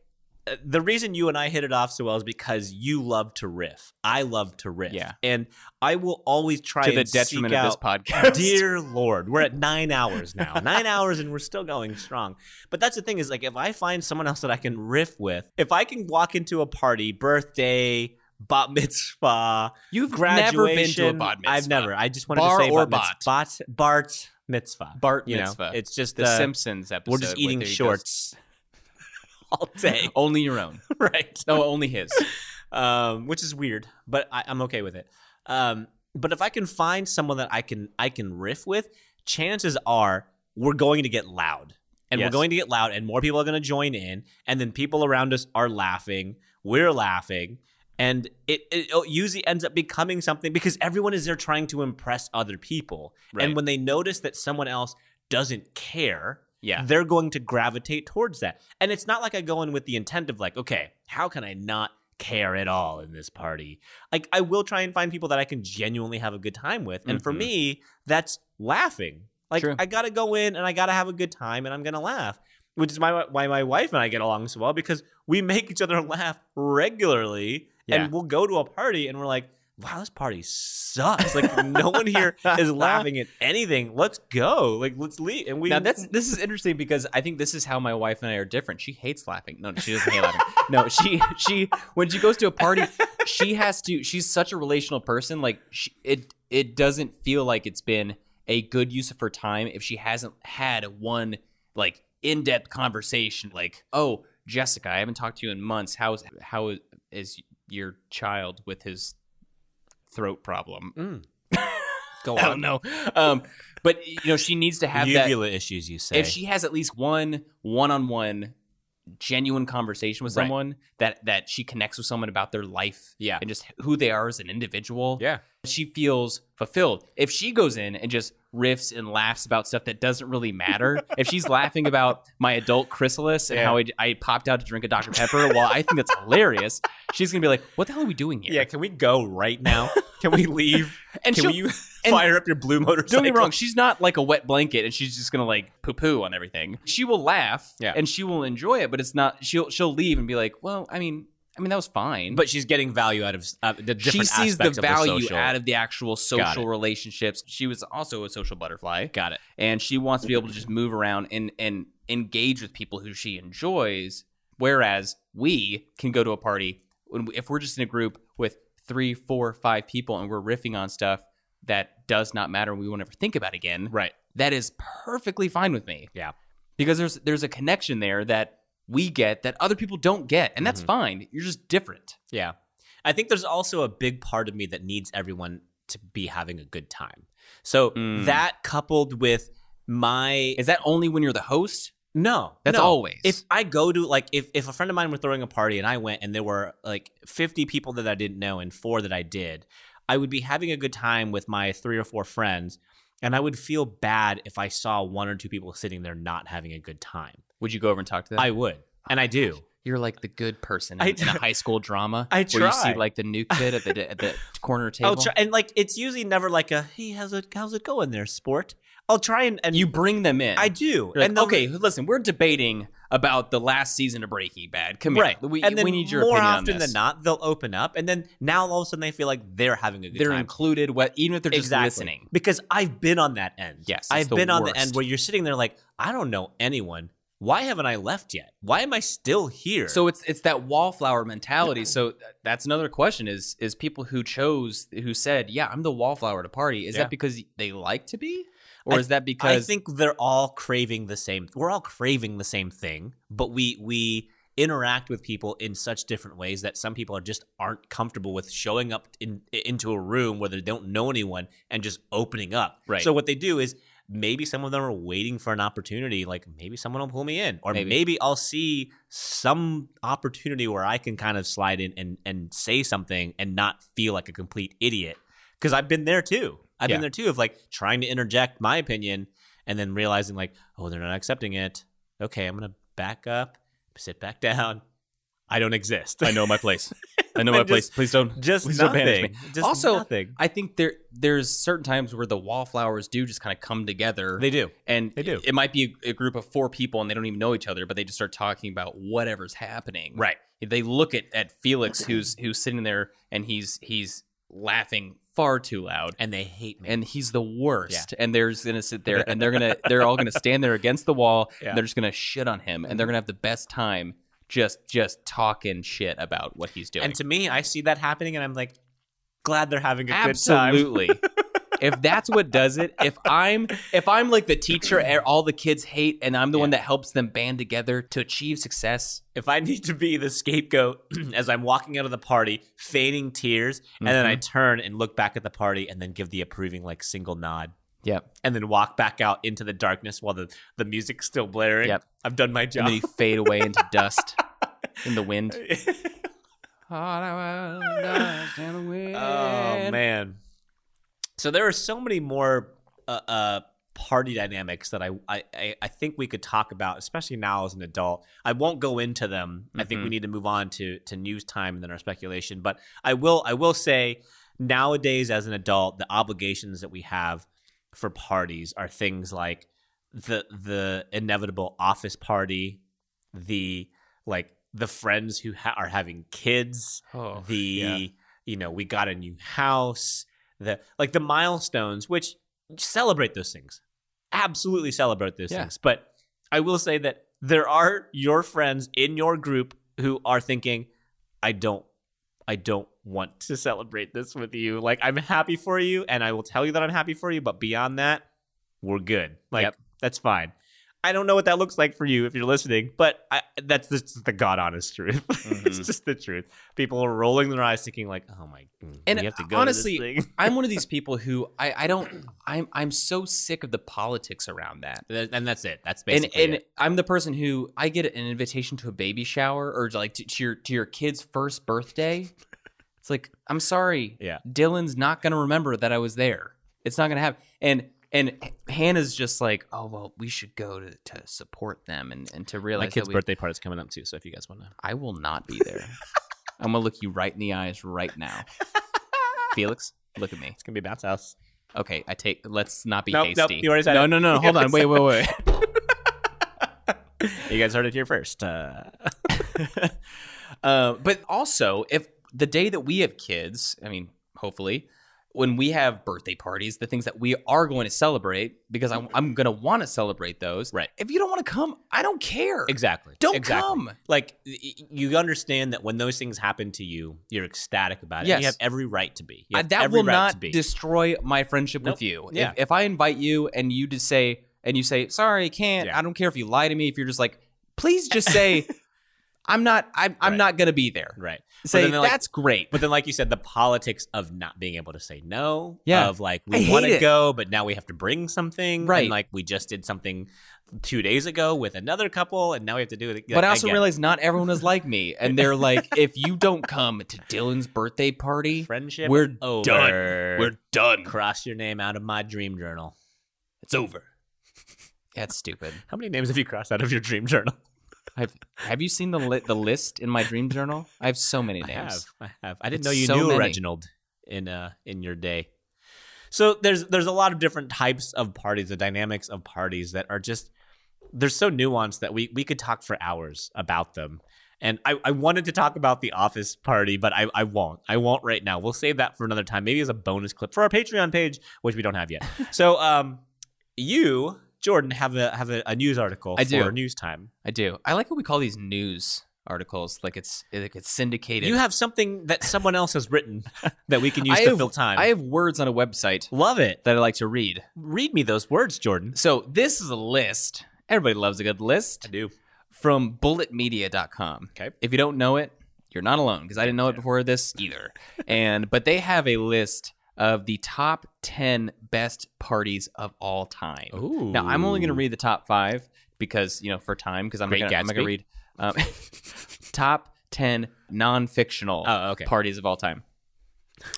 C: uh, the reason you and I hit it off so well is because you love to riff I love to riff
A: Yeah.
C: and I will always try
A: to the
C: and seek
A: detriment of this
C: out
A: podcast.
C: Dear Lord, we're at nine hours now. Nine hours, and we're still going strong. But that's the thing is, like, if I find someone else that I can riff with, if I can walk into a party, birthday, bat mitzvah,
A: You've
C: graduation,
A: never been to a bat mitzvah.
C: I've never. I just wanted
A: Bar
C: to say
A: or
C: bat, mitz- bat, Bart mitzvah.
A: Bart
C: You know,
A: mitzvah.
C: it's just
A: the
C: uh,
A: Simpsons episode.
C: We're just
A: where
C: eating
A: there he goes,
C: shorts all day,
A: Only your own.
C: right?
A: No, only his.
C: um, which is weird, but I, I'm okay with it. Um, but if I can find someone that I can I can riff with, chances are we're going to get loud, and we're
A: Yes.
C: going to get loud, and more people are going to join in, and then people around us are laughing, we're laughing, and it, it it usually ends up becoming something because everyone is there trying to impress other people,
A: Right.
C: and when they notice that someone else doesn't care
A: Yeah.
C: they're going to gravitate towards that. And it's not like I go in with the intent of like, okay, how can I not care at all in this party? Like I will try and find people that I can genuinely have a good time with. And for
A: Mhm.
C: me, that's laughing. Like
A: True.
C: I got to go in and I got to have a good time and I'm going to laugh. Which is my, why my wife and I get along so well because we make each other laugh regularly
A: Yeah.
C: and we'll go to a party and we're like, wow, this party sucks. Like no one here is laughing at anything. Let's go. Like let's leave. And we
A: now that's this is interesting because I think this is how my wife and I are different. She hates laughing. No, she doesn't hate laughing. No, she she when she goes to a party, she has to. She's such a relational person. Like she, it it doesn't feel like it's been a good use of her time if she hasn't had one like in depth conversation. Like, oh, Jessica, I haven't talked to you in months. How is how is your child with his throat problem?
C: Mm.
A: Go on. I don't know. Um, but you know, she needs to have that
C: uvula issues, you say.
A: if she has at least one one-on-one genuine conversation with
C: Right.
A: someone that that she connects with someone about their life
C: Yeah.
A: and just who they are as an individual
C: Yeah.
A: she feels fulfilled if she goes in and just riffs and laughs about stuff that doesn't really matter if she's laughing about my adult chrysalis and how I, I popped out to drink a dr pepper while i think that's hilarious she's gonna be like what the hell are we doing here
C: yeah, can we go right now? Can we leave?
A: and
C: can
A: she'll,
C: we
A: and-
C: fire up your blue motorcycle?
A: Don't get me wrong, she's not like a wet blanket and she's just gonna like poo poo on everything. She will laugh
C: Yeah.
A: and she will enjoy it, but it's not she'll she'll leave and be like, Well, I mean I mean that was fine.
C: But she's getting value out of uh, the different
A: she sees the
C: aspects of
A: value
C: social.
A: out of the actual social
C: it.
A: relationships. She was also a social butterfly.
C: Got it.
A: And she wants to be able to just move around and and engage with people who she enjoys. Whereas we can go to a party when we, if we're just in a group with three, four, five people and we're riffing on stuff that does not matter and we won't ever think about again
C: Right.
A: that is perfectly fine with me.
C: Yeah.
A: Because there's there's a connection there that we get that other people don't get, and that's fine. You're just different.
C: Yeah. I think there's also a big part of me that needs everyone to be having a good time. So
A: Mm.
C: that coupled with my
A: Is that only when you're the host?
C: no,
A: That's
C: no.
A: always.
C: If I go to like if if a friend of mine were throwing a party and I went and there were like 50 people that I didn't know and four that I did, I would be having a good time with my three or four friends and I would feel bad if I saw one or two people sitting there not having a good time.
A: Would you go over and talk to them?
C: I would. And I do.
A: you're like the good person in,
C: I
A: in a high school drama.
C: I
A: Where you see
C: try.
A: like the new kid at the at the corner table.
C: I'll try, and like it's usually never like a hey how's it how's it going there sport. I'll try and, and
A: you bring them in.
C: I do.
A: You're like,
C: and they'll-
A: okay, listen, we're debating about the last season of Breaking Bad. Come here.
C: right.
A: We,
C: and then
A: we need your
C: more
A: opinion on
C: often
A: this.
C: than not, they'll open up, and then now all of a sudden they feel like they're having a good
A: They're
C: time.
A: included, what, even if they're just
C: exactly.
A: listening.
C: because I've been on that end.
A: Yes, it's
C: I've
A: the
C: been on the end
A: worst.
C: where you're sitting there like I don't know anyone. Why haven't I left yet? Why am I still here?
A: So it's it's that wallflower mentality. So th- that's another question: is is people who chose who said, "Yeah, I'm the wallflower at a party." Is
C: Yeah.
A: that because they like to be, or
C: I-
A: is that
C: I
A: because
C: think they're all craving the same. We're all craving the same thing, but we we interact with people in such different ways that some people are just aren't comfortable with showing up in into a room where they don't know anyone and just opening up.
A: Right.
C: So what they do is maybe some of them are waiting for an opportunity like maybe someone will pull me in or
A: Maybe.
C: maybe, I'll see some opportunity where I can kind of slide in and and say something and not feel like a complete idiot because I've been there too. I've
A: Yeah.
C: been there too of like trying to interject my opinion and then realizing like, oh, they're not accepting it. Okay, I'm gonna back up, sit back down. I don't exist. I know my place. I know my place. Please don't. Just
A: please don't
C: nothing.
A: banish
C: Just
A: Also,
C: nothing.
A: I think there there's certain times where the wallflowers do just kind of come together.
C: They do.
A: and
C: They do.
A: It might be a, a group of four people, and they don't even know each other, but they just start talking about whatever's happening.
C: Right.
A: They look at at Felix, who's who's sitting there, and he's he's laughing far too loud.
C: And they hate me.
A: and he's the worst. And they're just gonna sit there, and they're gonna they're all gonna stand there against the wall,
C: Yeah. Mm-hmm.
A: and they're just gonna shit on him, and they're gonna have the best time just just talking shit about what he's doing.
C: And to me, I see that happening and I'm like, glad they're having a good time.
A: Absolutely. if that's what does it, if I'm if I'm like the teacher e- all the kids hate, and I'm the one that helps them band together to achieve success,
C: If I need to be the scapegoat as I'm walking out of the party, feigning tears, and then I
A: Mm-hmm.
C: turn and look back at the party and then give the approving like single nod.
A: yep.
C: and then walk back out into the darkness while the, the music's still blaring.
A: Yep.
C: I've done my
A: And
C: job.
A: then you fade away into dust in the wind.
C: oh man. So there are so many more uh, uh, party dynamics that I, I- I I think we could talk about, especially now as an adult. I won't go into them. I think we need to move on to to news time and then our speculation. But I will I will say nowadays as an adult, the obligations that we have for parties are things like the the inevitable office party, the like the friends who ha- are having kids,
A: Oh,
C: the
A: yeah.
C: you know we got a new house, the like the milestones, which celebrate those things, absolutely celebrate those
A: Yeah.
C: things. But I will say that there are your friends in your group who are thinking, I don't I don't want to celebrate this with you. Like, I'm happy for you, and I will tell you that I'm happy for you, but beyond that, we're good. Like,
A: Yep.
C: that's fine. I don't know what that looks like for you if you're listening, but I, that's just the god honest truth. it's just the truth. People are rolling their eyes, thinking like, "Oh my!"
A: And
C: we have to go
A: honestly,
C: to this thing.
A: I'm one of these people who I, I don't I'm I'm so sick of the politics around that.
C: Th- and that's it. That's
A: And
C: basically
A: and
C: it.
A: I'm the person who I get an invitation to a baby shower or to like to, to your to your kid's first birthday. It's like I'm sorry,
C: Yeah.
A: Dylan's not gonna remember that I was there. It's not gonna happen. And and Hannah's just like, oh well, we should go to, to support them and, and to realize
C: My kid's
A: that we,
C: birthday party's coming up too, so if you guys want to,
A: I will not be there. I'm gonna look you right in the eyes right now, Felix. Look at me.
C: it's gonna be bounce house.
A: Okay, I take. Let's not be
C: Nope,
A: hasty.
C: nope, you already said
A: no,
C: it.
A: no, no,
C: You
A: Hold on.
C: already
A: Wait, wait, wait.
C: You guys heard it here first. Uh,
A: Uh, but also, if the day that we have kids, I mean, hopefully, when we have birthday parties, the things that we are going to celebrate, because I'm, I'm going to want to celebrate those.
C: Right.
A: If you don't want to come, I don't care.
C: Exactly.
A: Don't
C: exactly.
A: come.
C: Like y- y- you understand that when those things happen to you, you're ecstatic about it. and You
A: Yes.
C: have every right to be. You
A: I-
C: have
A: that
C: every
A: will
C: right to
A: not
C: be.
A: destroy my friendship
C: Nope.
A: with you.
C: Yeah.
A: If, if I invite you and you just say, and you say, sorry, can't,
C: Yeah.
A: I don't care if you lie to me, if you're just like, please just say, I'm not, I'm, I'm
C: Right.
A: not going to be there.
C: right. But
A: Say,
C: then they're like-
A: that's great.
C: But then, like you said, the politics of not being able to say no,
A: Yeah.
C: of like
A: I
C: we
A: hate
C: want to
A: it.
C: go, but now we have to bring something,
A: Right.
C: And like we just did something two days ago with another couple, and now we have to do it. again.
A: But I also
C: get it.
A: realize not everyone is like me, and they're like, if you don't come to Dylan's birthday party,
C: friendship,
A: we're
C: over.
A: done.
C: We're
E: We're done.
C: cross your name out of my dream journal.
E: It's over.
A: that's stupid.
C: How many names have you crossed out of your dream journal?
A: I've, have you seen the li- the list in my dream journal? I have so many
C: I
A: names.
C: have. I have. I didn't
A: It's
C: know you
A: so
C: knew
A: many.
C: Reginald in uh in your day. So there's there's a lot of different types of parties, the dynamics of parties that are just they're so nuanced that we we could talk for hours about them. And I, I wanted to talk about the office party, but I, I won't. I won't right now. We'll save that for another time. Maybe as a bonus clip for our Patreon page, which we don't have yet. so um you, Jordan, have a have a, a news article
A: I
C: for
A: do.
C: news time.
A: I do. I like what we call these news articles, like it's like it's syndicated.
C: You have something that someone else has written that we can use
A: I
C: to
A: have-
C: fill time.
A: I have words on a website
C: Love it.
A: that I like to read.
C: Read me those words, Jordan.
A: So this is a list. Everybody loves a good list.
C: do.
A: from bulletmedia.com.
C: Okay.
A: If you don't know it, you're not alone because I didn't know it before this either. and but they have a list of the top 10 best parties of all time.
C: Ooh.
A: Now, I'm only going to read the top 5 because, you know, for time because I'm
C: Great
A: going to
C: Gatsby.
A: read um, top 10 non-fictional
C: Oh, okay.
A: parties of all time.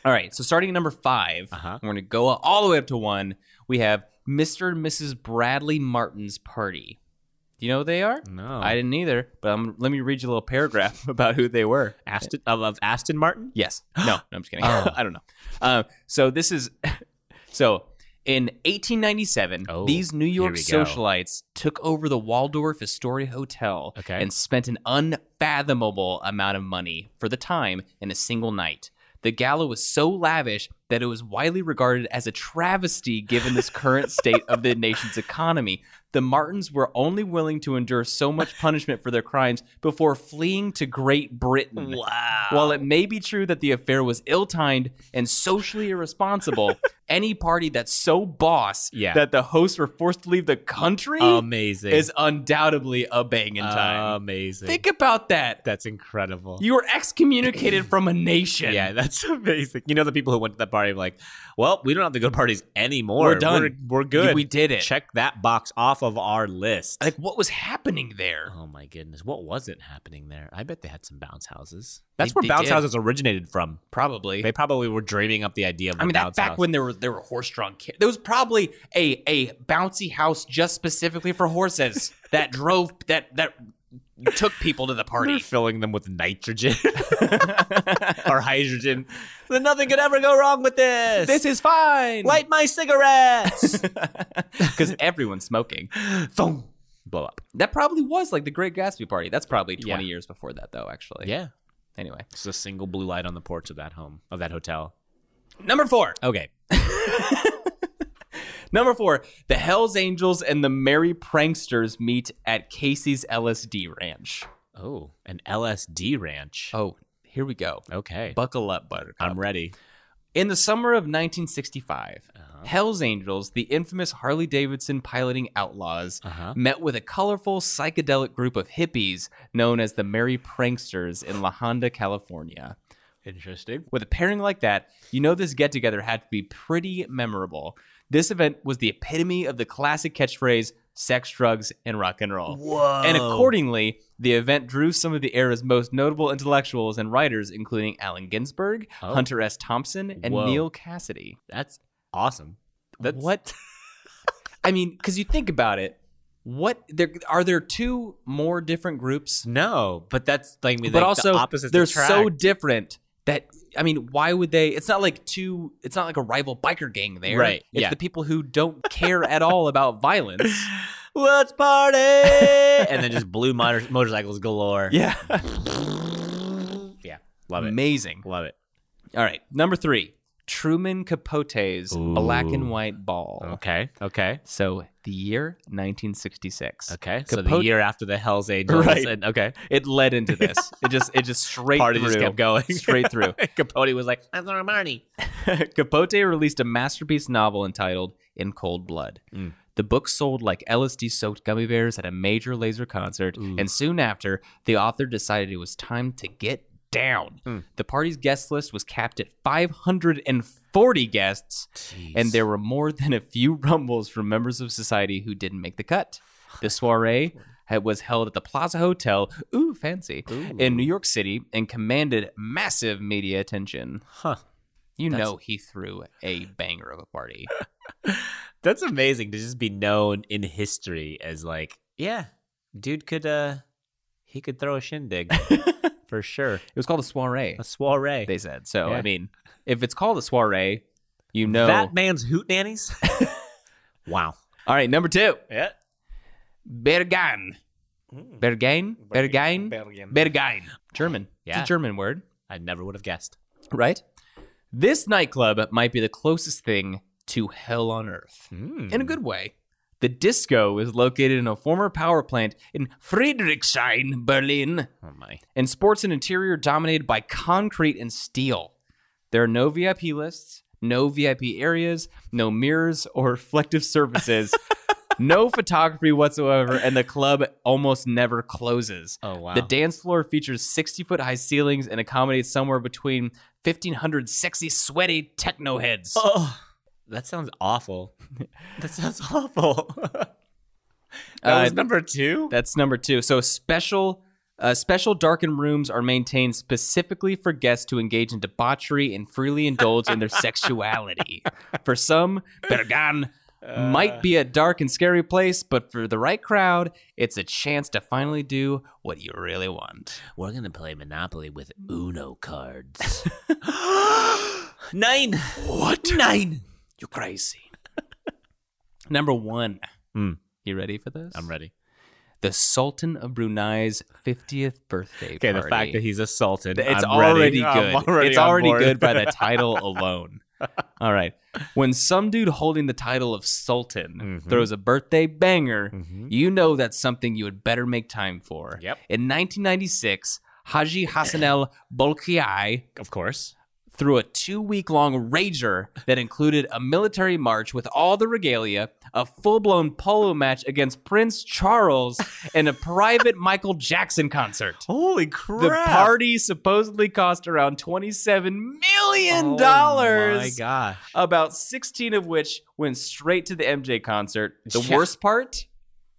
A: All right, so starting at number 5,
C: Uh-huh.
A: we're going to go all the way up to 1. We have Mr. and Mrs. Bradley Martin's party. Do you know who they are?
C: No.
A: I didn't either, but um, let me read you a little paragraph about who they were.
C: Aston of, of Aston Martin.
A: Yes. No, no I'm just kidding.
C: Oh.
A: I don't know. Uh, so this is so in 1897,
C: Oh,
A: these New York
C: we go.
A: socialites took over the Waldorf Astoria Hotel
C: Okay.
A: and spent an unfathomable amount of money for the time in a single night. The gala was so lavish that it was widely regarded as a travesty given this current state of the nation's economy. The Martins were only willing to endure so much punishment for their crimes before fleeing to Great Britain.
C: Wow.
A: While it may be true that the affair was ill timed and socially irresponsible, any party that's so boss
C: Yeah.
A: that the hosts were forced to leave the country
C: Amazing.
A: is undoubtedly a banging time.
C: Amazing.
A: Think about that.
C: that's incredible.
A: You were excommunicated from a nation.
C: yeah, that's amazing. You know the people who went to that party. I'm like, well, we don't have to go to parties anymore.
A: We're done.
C: We're, we're good.
A: We did it.
C: Check that box off of our list.
A: Like, what was happening there?
C: oh my goodness, what wasn't happening there? I bet they had some bounce houses.
A: They-
C: That's where
A: they
C: bounce
A: did.
C: houses originated from.
A: Probably.
C: They probably were dreaming up the idea of.
A: I
C: a
A: mean, that
C: bounce
A: back
C: house.
A: when there were there were horse-drawn carriages. There was probably a a bouncy house just specifically for horses that drove that that took people to the
C: They're
A: party.
C: filling them with nitrogen or hydrogen. Then nothing could ever go wrong with this.
A: is fine.
C: Light my cigarettes.
A: because everyone's smoking.
C: Boom. Blow up.
A: That probably was like the Great Gatsby party. That's probably 20
C: Yeah.
A: years before that, though, actually.
C: Yeah.
A: Anyway,
C: It's a single blue light on the porch of that home, of that hotel.
A: number four.
C: Okay.
A: Number four. The Hells Angels and the Merry Pranksters meet at Casey's LSD Ranch.
C: Oh, an LSD ranch.
A: Oh, here we go.
C: Okay.
A: Buckle up, Buttercup.
C: I'm ready.
A: Um, In the summer of 1965, Hells Angels, the infamous Harley Davidson piloting outlaws,
C: Uh-huh.
A: met with a colorful psychedelic group of hippies known as the Merry Pranksters in La Honda, California.
C: Interesting.
A: With a pairing like that, you know this get together had to be pretty memorable. This event was the epitome of the classic catchphrase sex, drugs, and rock and roll.
C: Whoa.
A: And accordingly, the event drew some of the era's most notable intellectuals and writers, including Allen Ginsberg,
C: Oh.
A: Hunter S. Thompson, and
C: Whoa.
A: Neil Cassidy.
C: That's awesome. That's-
A: What? I mean, because you think about it, what there are there two more different groups,
C: No, but that's like, I mean,
A: but
C: like,
A: also
C: the opposites
A: they're
C: attract.
A: so different that I mean, why would they? It's not like two. It's not like a rival biker gang there,
C: Right,
A: It's
C: yeah.
A: the people who don't care at all about violence.
C: let's party, and then just blue motor- motorcycles galore.
A: Yeah,
C: yeah, love it,
A: amazing.
C: love it.
A: All right, number three, Truman Capote's
C: Ooh.
A: Black and White Ball.
C: Okay, okay,
A: So the year 1966.
C: okay. So the
A: Capote-
C: year after the Hell's Angels,
A: Right.
C: and, okay,
A: It led into this. it just it just straight
C: party
A: through.
C: just kept going
A: Straight through.
C: Capote was like, "I'm Laura Marnie."
A: Capote released a masterpiece novel entitled In Cold Blood.
C: Mm.
A: The book sold like LSD soaked gummy bears at a major laser concert,
C: Ooh.
A: and soon after, the author decided it was time to get down.
C: Mm.
A: The party's guest list was capped at 540 guests, and there were more than a few rumbles from members of society who didn't make the cut. The soiree had- was held at the Plaza Hotel, ooh, fancy, in New York City and commanded massive media attention.
C: Huh.
A: You
C: That's-
A: know he threw a banger of a party.
C: That's amazing to just be known in history as like, yeah, dude could uh, he could throw a shindig for sure,
A: It was called a soiree,
C: a soiree.
A: they said. So,
C: Yeah.
A: I mean, if it's called a soiree, you know.
C: That man's hoot nannies. wow.
A: All right, number two.
C: Yeah.
A: Bergan.
C: Mm.
A: Bergain? Bergain? Bergain. German.
C: Yeah.
A: It's a German word,
C: I never would have guessed.
A: right? This nightclub might be the closest thing to hell on earth. in a good way. The disco is located in a former power plant in Friedrichshain, Berlin,
C: Oh my.
A: and sports an interior dominated by concrete and steel. There are no VIP lists, no VIP areas, no mirrors or reflective surfaces, no photography whatsoever, and the club almost never closes.
C: Oh wow.
A: The dance floor features 60 foot high ceilings and accommodates somewhere between 1,500 sexy, sweaty techno heads.
C: Oh, that sounds awful. that sounds awful. that
A: Uh,
C: was number two.
A: That's number two. So special. Uh, special darkened rooms are maintained specifically for guests to engage in debauchery and freely indulge in their sexuality. For some, Bergan
C: Uh.
A: might be a dark and scary place, but for the right crowd, it's a chance to finally do what you really want.
C: We're gonna play Monopoly with Uno cards. Nine. What? Nine.
A: You're crazy. number one.
C: Hmm.
A: You ready for this?
C: I'm ready.
A: The Sultan of Brunei's 50th birthday
C: Okay,
A: party.
C: the fact that he's assaulted.
A: It's
C: I'm
A: already
C: ready.
A: good.
C: I'm already
A: it's
C: on
A: already
C: board.
A: good by the title alone. All right. When some dude holding the title of Sultan
C: Mhm.
A: throws a birthday banger,
C: Mhm.
A: you know that's something you had better make time for.
C: Yep.
A: In 1996, Haji Hassanel Bolkiai
C: Of course.
A: through a two week long rager that included a military march with all the regalia, a full blown polo match against Prince Charles, and a private Michael Jackson concert.
C: Holy crap!
A: The party supposedly cost around $27 million.
C: Oh my gosh.
A: About 16 of which went straight to the MJ concert. The
C: Yeah.
A: worst part?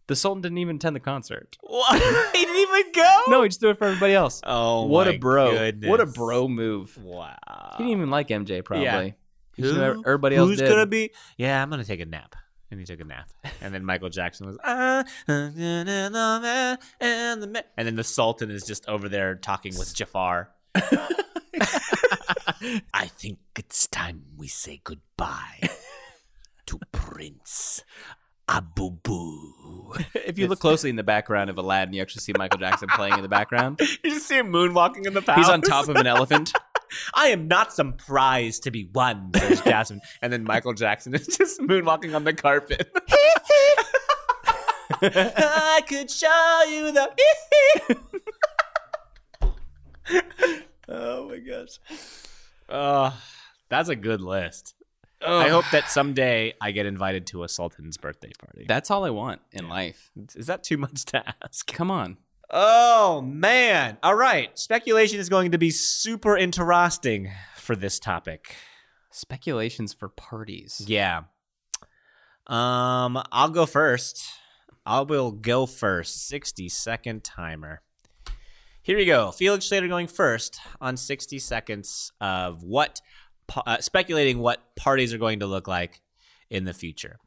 A: The Sultan didn't even attend the concert.
C: What? he didn't even go.
A: No, he just threw it for everybody else.
C: Oh,
A: what
C: my
A: a bro.
C: goodness.
A: What a bro move.
C: Wow.
A: He didn't even like MJ, probably.
C: Yeah.
A: He should have-
C: Who-
A: Everybody else
C: Who's
A: did.
C: gonna be? Yeah, I'm gonna take a nap. And he took a nap. And then Michael Jackson was, ah, and the and then the Sultan is just over there talking with Jafar. I think it's time we say goodbye to Prince Abu Boo.
A: if you look closely in the background of Aladdin, you actually see Michael Jackson playing in the background.
C: You just see him moonwalking in the palace.
A: He's on top of an elephant.
C: I am not some prize to be won, says Jasmine. and then Michael Jackson is just moonwalking on the carpet. I could show you the. oh my gosh. Oh, that's a good list. I hope that someday I get invited to a Sultan's birthday party.
A: That's all I want in life.
C: Is that too much to ask?
A: Come on.
C: Oh man. All right. Speculation is going to be super interesting for this topic.
A: Speculations for parties.
C: Yeah. Um, I'll go first. I will go first. 60 second timer. Here we go. Felix Slater going first on 60 seconds of what pa- uh, speculating what parties are going to look like in the future.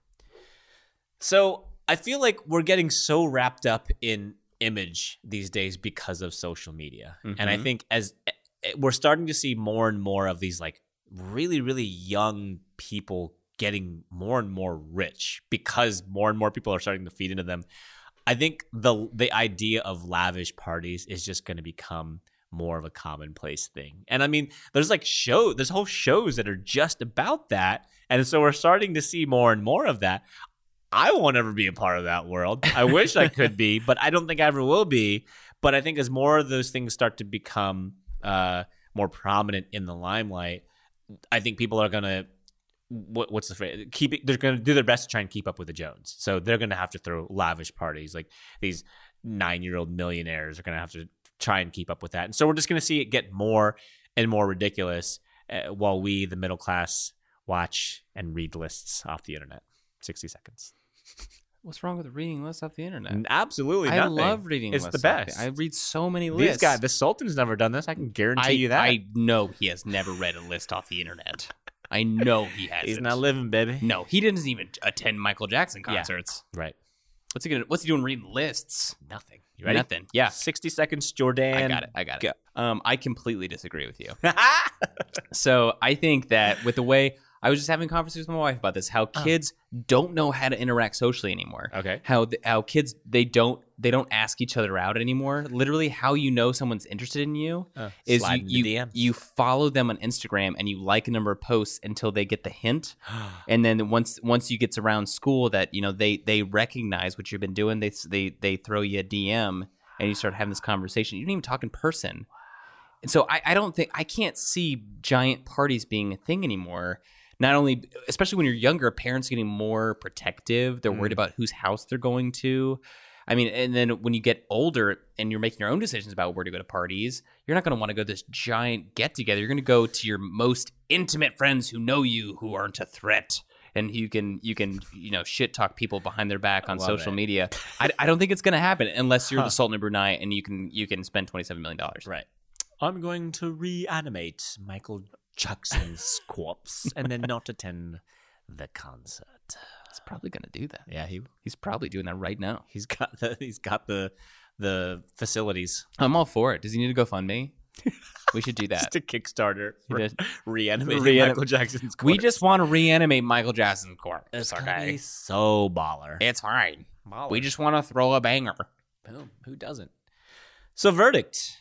C: So, I feel like we're getting so wrapped up in image these days because of social media. And I
A: Mhm.
C: think as eh, we're starting to see more and more of these like really really young people getting more and more rich because more and more people are starting to feed into them I think the the idea of lavish parties is just going to become more of a commonplace thing. And I mean, there's like show, there's whole shows that are just about that, and so we're starting to see more and more of that. I won't ever be a part of that world. I wish I could be, but I don't think I ever will be. But I think as more of those things start to become uh, more prominent in the limelight, I think people are gonna what, what's the phrase? Keep it, they're gonna do their best to try and keep up with the Jones. So they're gonna have to throw lavish parties. Like these nine year old millionaires are gonna have to try and keep up with that. And so we're just gonna see it get more and more ridiculous uh, while we, the middle class, watch and read lists off the internet. Sixty seconds.
A: What's wrong with reading lists off the internet?
C: And Absolutely,
A: I
C: nothing.
A: love reading
C: It's
A: lists.
C: the
A: off
C: best.
A: I read so many lists.
C: These guys, the Sultan's never done this. I can guarantee
A: I,
C: you that.
A: I know he has never read a list off the internet. I know he has.
C: He's not living, baby.
A: No, he doesn't even attend Michael Jackson
C: Yeah.
A: concerts.
C: Right.
A: What's he gonna? What's he doing reading lists?
C: Nothing. You ready?
A: Nothing. Yeah,
C: Sixty seconds, Jordan.
A: I got it. I got it. Um, I completely disagree with you. So I think that with the way I was just having conversations with my wife about this, how kids don't know how to interact socially anymore.
C: Uh-huh. Okay.
A: How th- how kids they don't they don't ask each other out anymore. Literally, how you know someone's interested in you
C: Uh,
A: is
C: slide into
A: you you,
C: DMs.
A: you follow them on Instagram and you like a number of posts until they get the hint, and then once once you get around school that you know they they recognize what you've been doing, they s- they they throw you a DM and you start having this conversation. You don't even talk in person. And so I, I don't think I can't see giant parties being a thing anymore. Not only, especially when you're younger, parents are getting more protective. They're worried about whose house they're going to. I mean, and then when you get older and you're making your own decisions about where to go to parties, you're not going to want to go to this giant get together. You're going to go to your most intimate friends who know you, who aren't a threat, and you can you can you know shit talk people behind their back on
C: love
A: social
C: it.
A: media. I, I don't think it's going to happen unless you're the Sultan of Brunei and you can you can spend twenty seven million dollars.
C: Right. I'm going to reanimate Michael Jackson's corpse and then not attend the concert.
A: He's probably going to do that.
C: Yeah, he
A: He's probably doing that right now.
C: he's got the he's got the the facilities.
A: I'm all for it. Does he need to go fund me? We should do that.
C: Just a Kickstarter for
A: He does-
C: reanimating
A: Reanim-
C: Michael Jackson's corpse.
A: we just want to reanimate Michael Jackson's corpse. It's okay.
C: so baller.
A: It's fine. We just want to throw a banger.
C: Boom. Who doesn't? So verdict: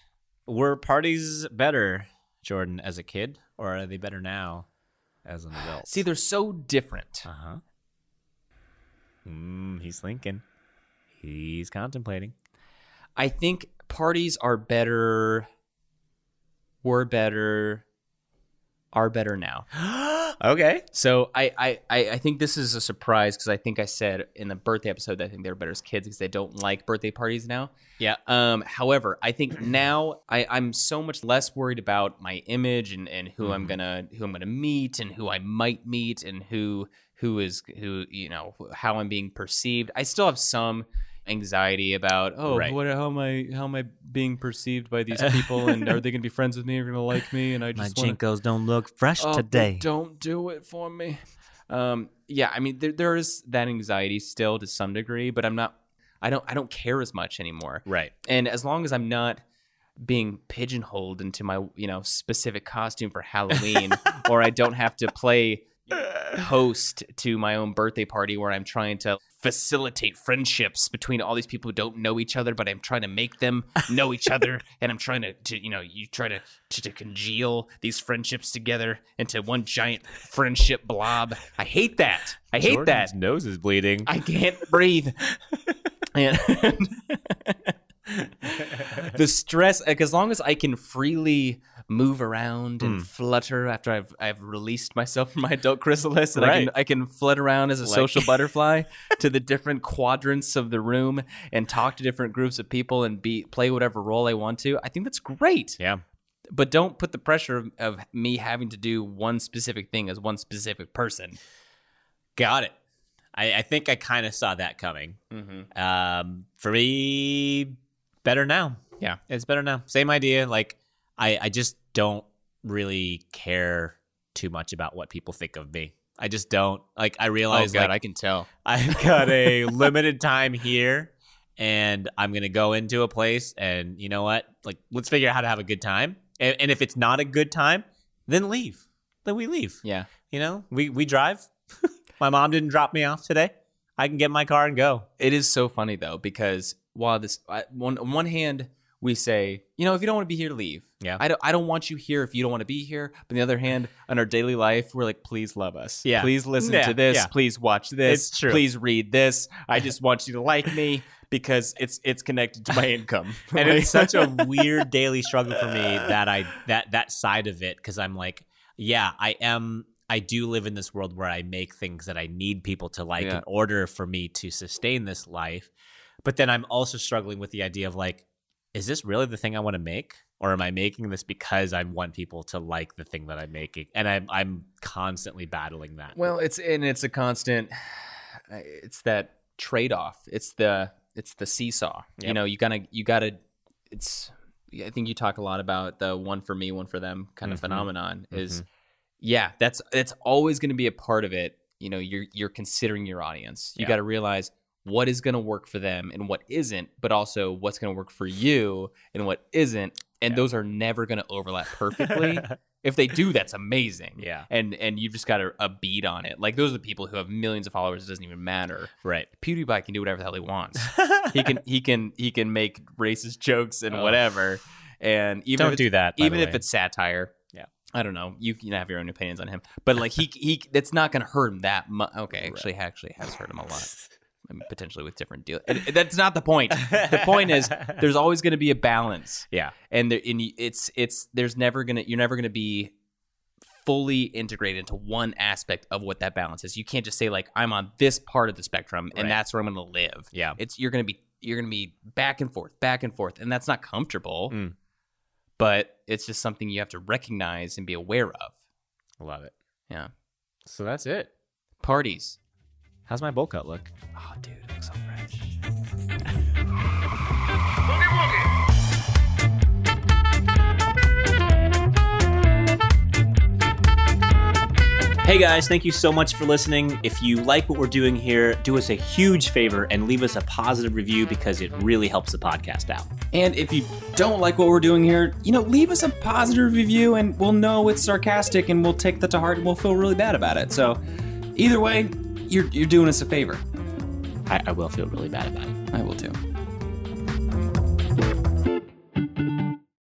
C: Were parties better, Jordan, as a kid, or are they better now, as an adult?
A: See, they're so different.
C: Uh huh. Mm, he's thinking. He's contemplating.
A: I think parties are better, were better, Are Better Now.
D: Okay.
A: So I I, I I think this is a surprise because I think I said in the birthday episode that I think they're better as kids because they don't like birthday parties now.
C: Yeah.
A: Um. However, I think now I I'm so much less worried about my image and and who
C: Mm-hmm.
A: I'm gonna who I'm gonna meet and who I might meet and who who is who you know how I'm being perceived. I still have some anxiety about oh
C: Right.
A: what how am I how am I being perceived by these people and are they gonna be friends with me or gonna like me and I
C: My
A: just wanna-
C: jinkos don't look fresh
A: Oh, but
C: today.
A: Don't do it for me. Um, yeah, I mean, there, there is that anxiety still to some degree, but I'm not. I don't. I don't care as much anymore.
C: Right.
A: And as long as I'm not being pigeonholed into my, you know, specific costume for Halloween, or I don't have to play host to my own birthday party where I'm trying to facilitate friendships between all these people who don't know each other, but I'm trying to make them know each other, and I'm trying to, to you know, you try to, to to congeal these friendships together into one giant friendship blob. I hate that. I hate that.
D: nose is bleeding.
A: I can't breathe. And the stress, like as long as I can freely move around and flutter after I've I've released myself from my adult chrysalis, and I can
D: Right.
A: I can flit around as a social butterfly to the different quadrants of the room and talk to different groups of people and be play whatever role I want to. I think that's great
D: Yeah.
A: but don't put the pressure of, of me having to do one specific thing as one specific person.
C: Got it. I, I think I kind of saw that coming. Um, for me, better now.
A: Yeah.
C: It's better now. Same idea. Like, I, I just don't really care too much about what people think of me. I just don't. Like, Oh, I realize
D: Oh,
C: like,
A: can tell.
C: I've got a limited time here and I'm going to go into a place and you know what? Like, let's figure out how to have a good time. And, and if it's not a good time, then leave. Then we leave.
A: Yeah.
C: You know, we, we drive. my mom didn't drop me off today. I can get in my car and go.
A: It is so funny though because while this I, one on one hand we say you know if you don't want to be here leave
C: Yeah.
A: I don't I don't want you here if you don't want to be here but on the other hand on our daily life we're like please love us
C: Yeah.
A: please listen
C: Yeah,
A: to this
C: yeah.
A: please watch this
C: It's true.
A: please read this I just want you to like me because it's it's connected to my income
C: And it's such a weird daily struggle for me that I that that side of it because I'm like, yeah, I am. I do live in this world where I make things that I need people to like
A: Yeah.
C: in order for me to sustain this life. But then I'm also struggling with the idea of like, is this really the thing I want to make, or am I making this because I want people to like the thing that I'm making? And I'm I'm constantly battling that.
A: Well, it's and it's a constant. It's that trade off. It's the it's the seesaw. You
C: Yep.
A: know, you gotta you gotta. It's. I think you talk a lot about the one for me, one for them kind of
C: Mhm.
A: phenomenon. Is yeah, that's that's always going to be a part of it. You know, you're you're considering your audience. You
C: Yeah.
A: got to realize what is going to work for them and what isn't, but also what's going to work for you and what isn't. And
C: Yeah.
A: those are never going to overlap perfectly. if they do, that's amazing
C: yeah,
A: and and you've just got a, a beat on it. Like those are the people who have millions of followers. It doesn't even matter.
C: right.
A: PewDiePie can do whatever the hell he wants. he can he can he can make racist jokes and
C: Ugh.
A: whatever. And even
C: Don't
A: if
C: do
A: it's,
C: that. by the
A: even if
C: way.
A: it's satire.
C: Yeah.
A: I don't know. You can have your own opinions on him, but like he he, that's not going to hurt him that much. Okay, actually, actually has hurt him a lot. I mean, potentially with different deal. and That's not the point. The point is there's always going to be a balance
C: yeah,
A: and there and you, it's it's there's never gonna you're never gonna be fully integrated into one aspect of what that balance is. You can't just say like I'm on this part of the spectrum and
C: Right.
A: that's where I'm gonna live.
C: yeah.
A: It's you're gonna be you're gonna be back and forth, back and forth, and that's not comfortable.
C: Mm.
A: But it's just something you have to recognize and be aware of.
C: Love it.
A: Yeah,
C: So that's it.
A: parties.
C: How's my bowl cut look?
A: Oh, dude, it looks so fresh.
B: Boogie woogie.
F: Hey guys, thank you so much for listening. If you like what we're doing here, do us a huge favor and leave us a positive review because it really helps the podcast out.
A: And if you don't like what we're doing here, you know, leave us a positive review and we'll know it's sarcastic and we'll take that to heart and we'll feel really bad about it. So either way, you're, you're doing us a favor.
F: I, I will feel really bad about it.
A: I will too.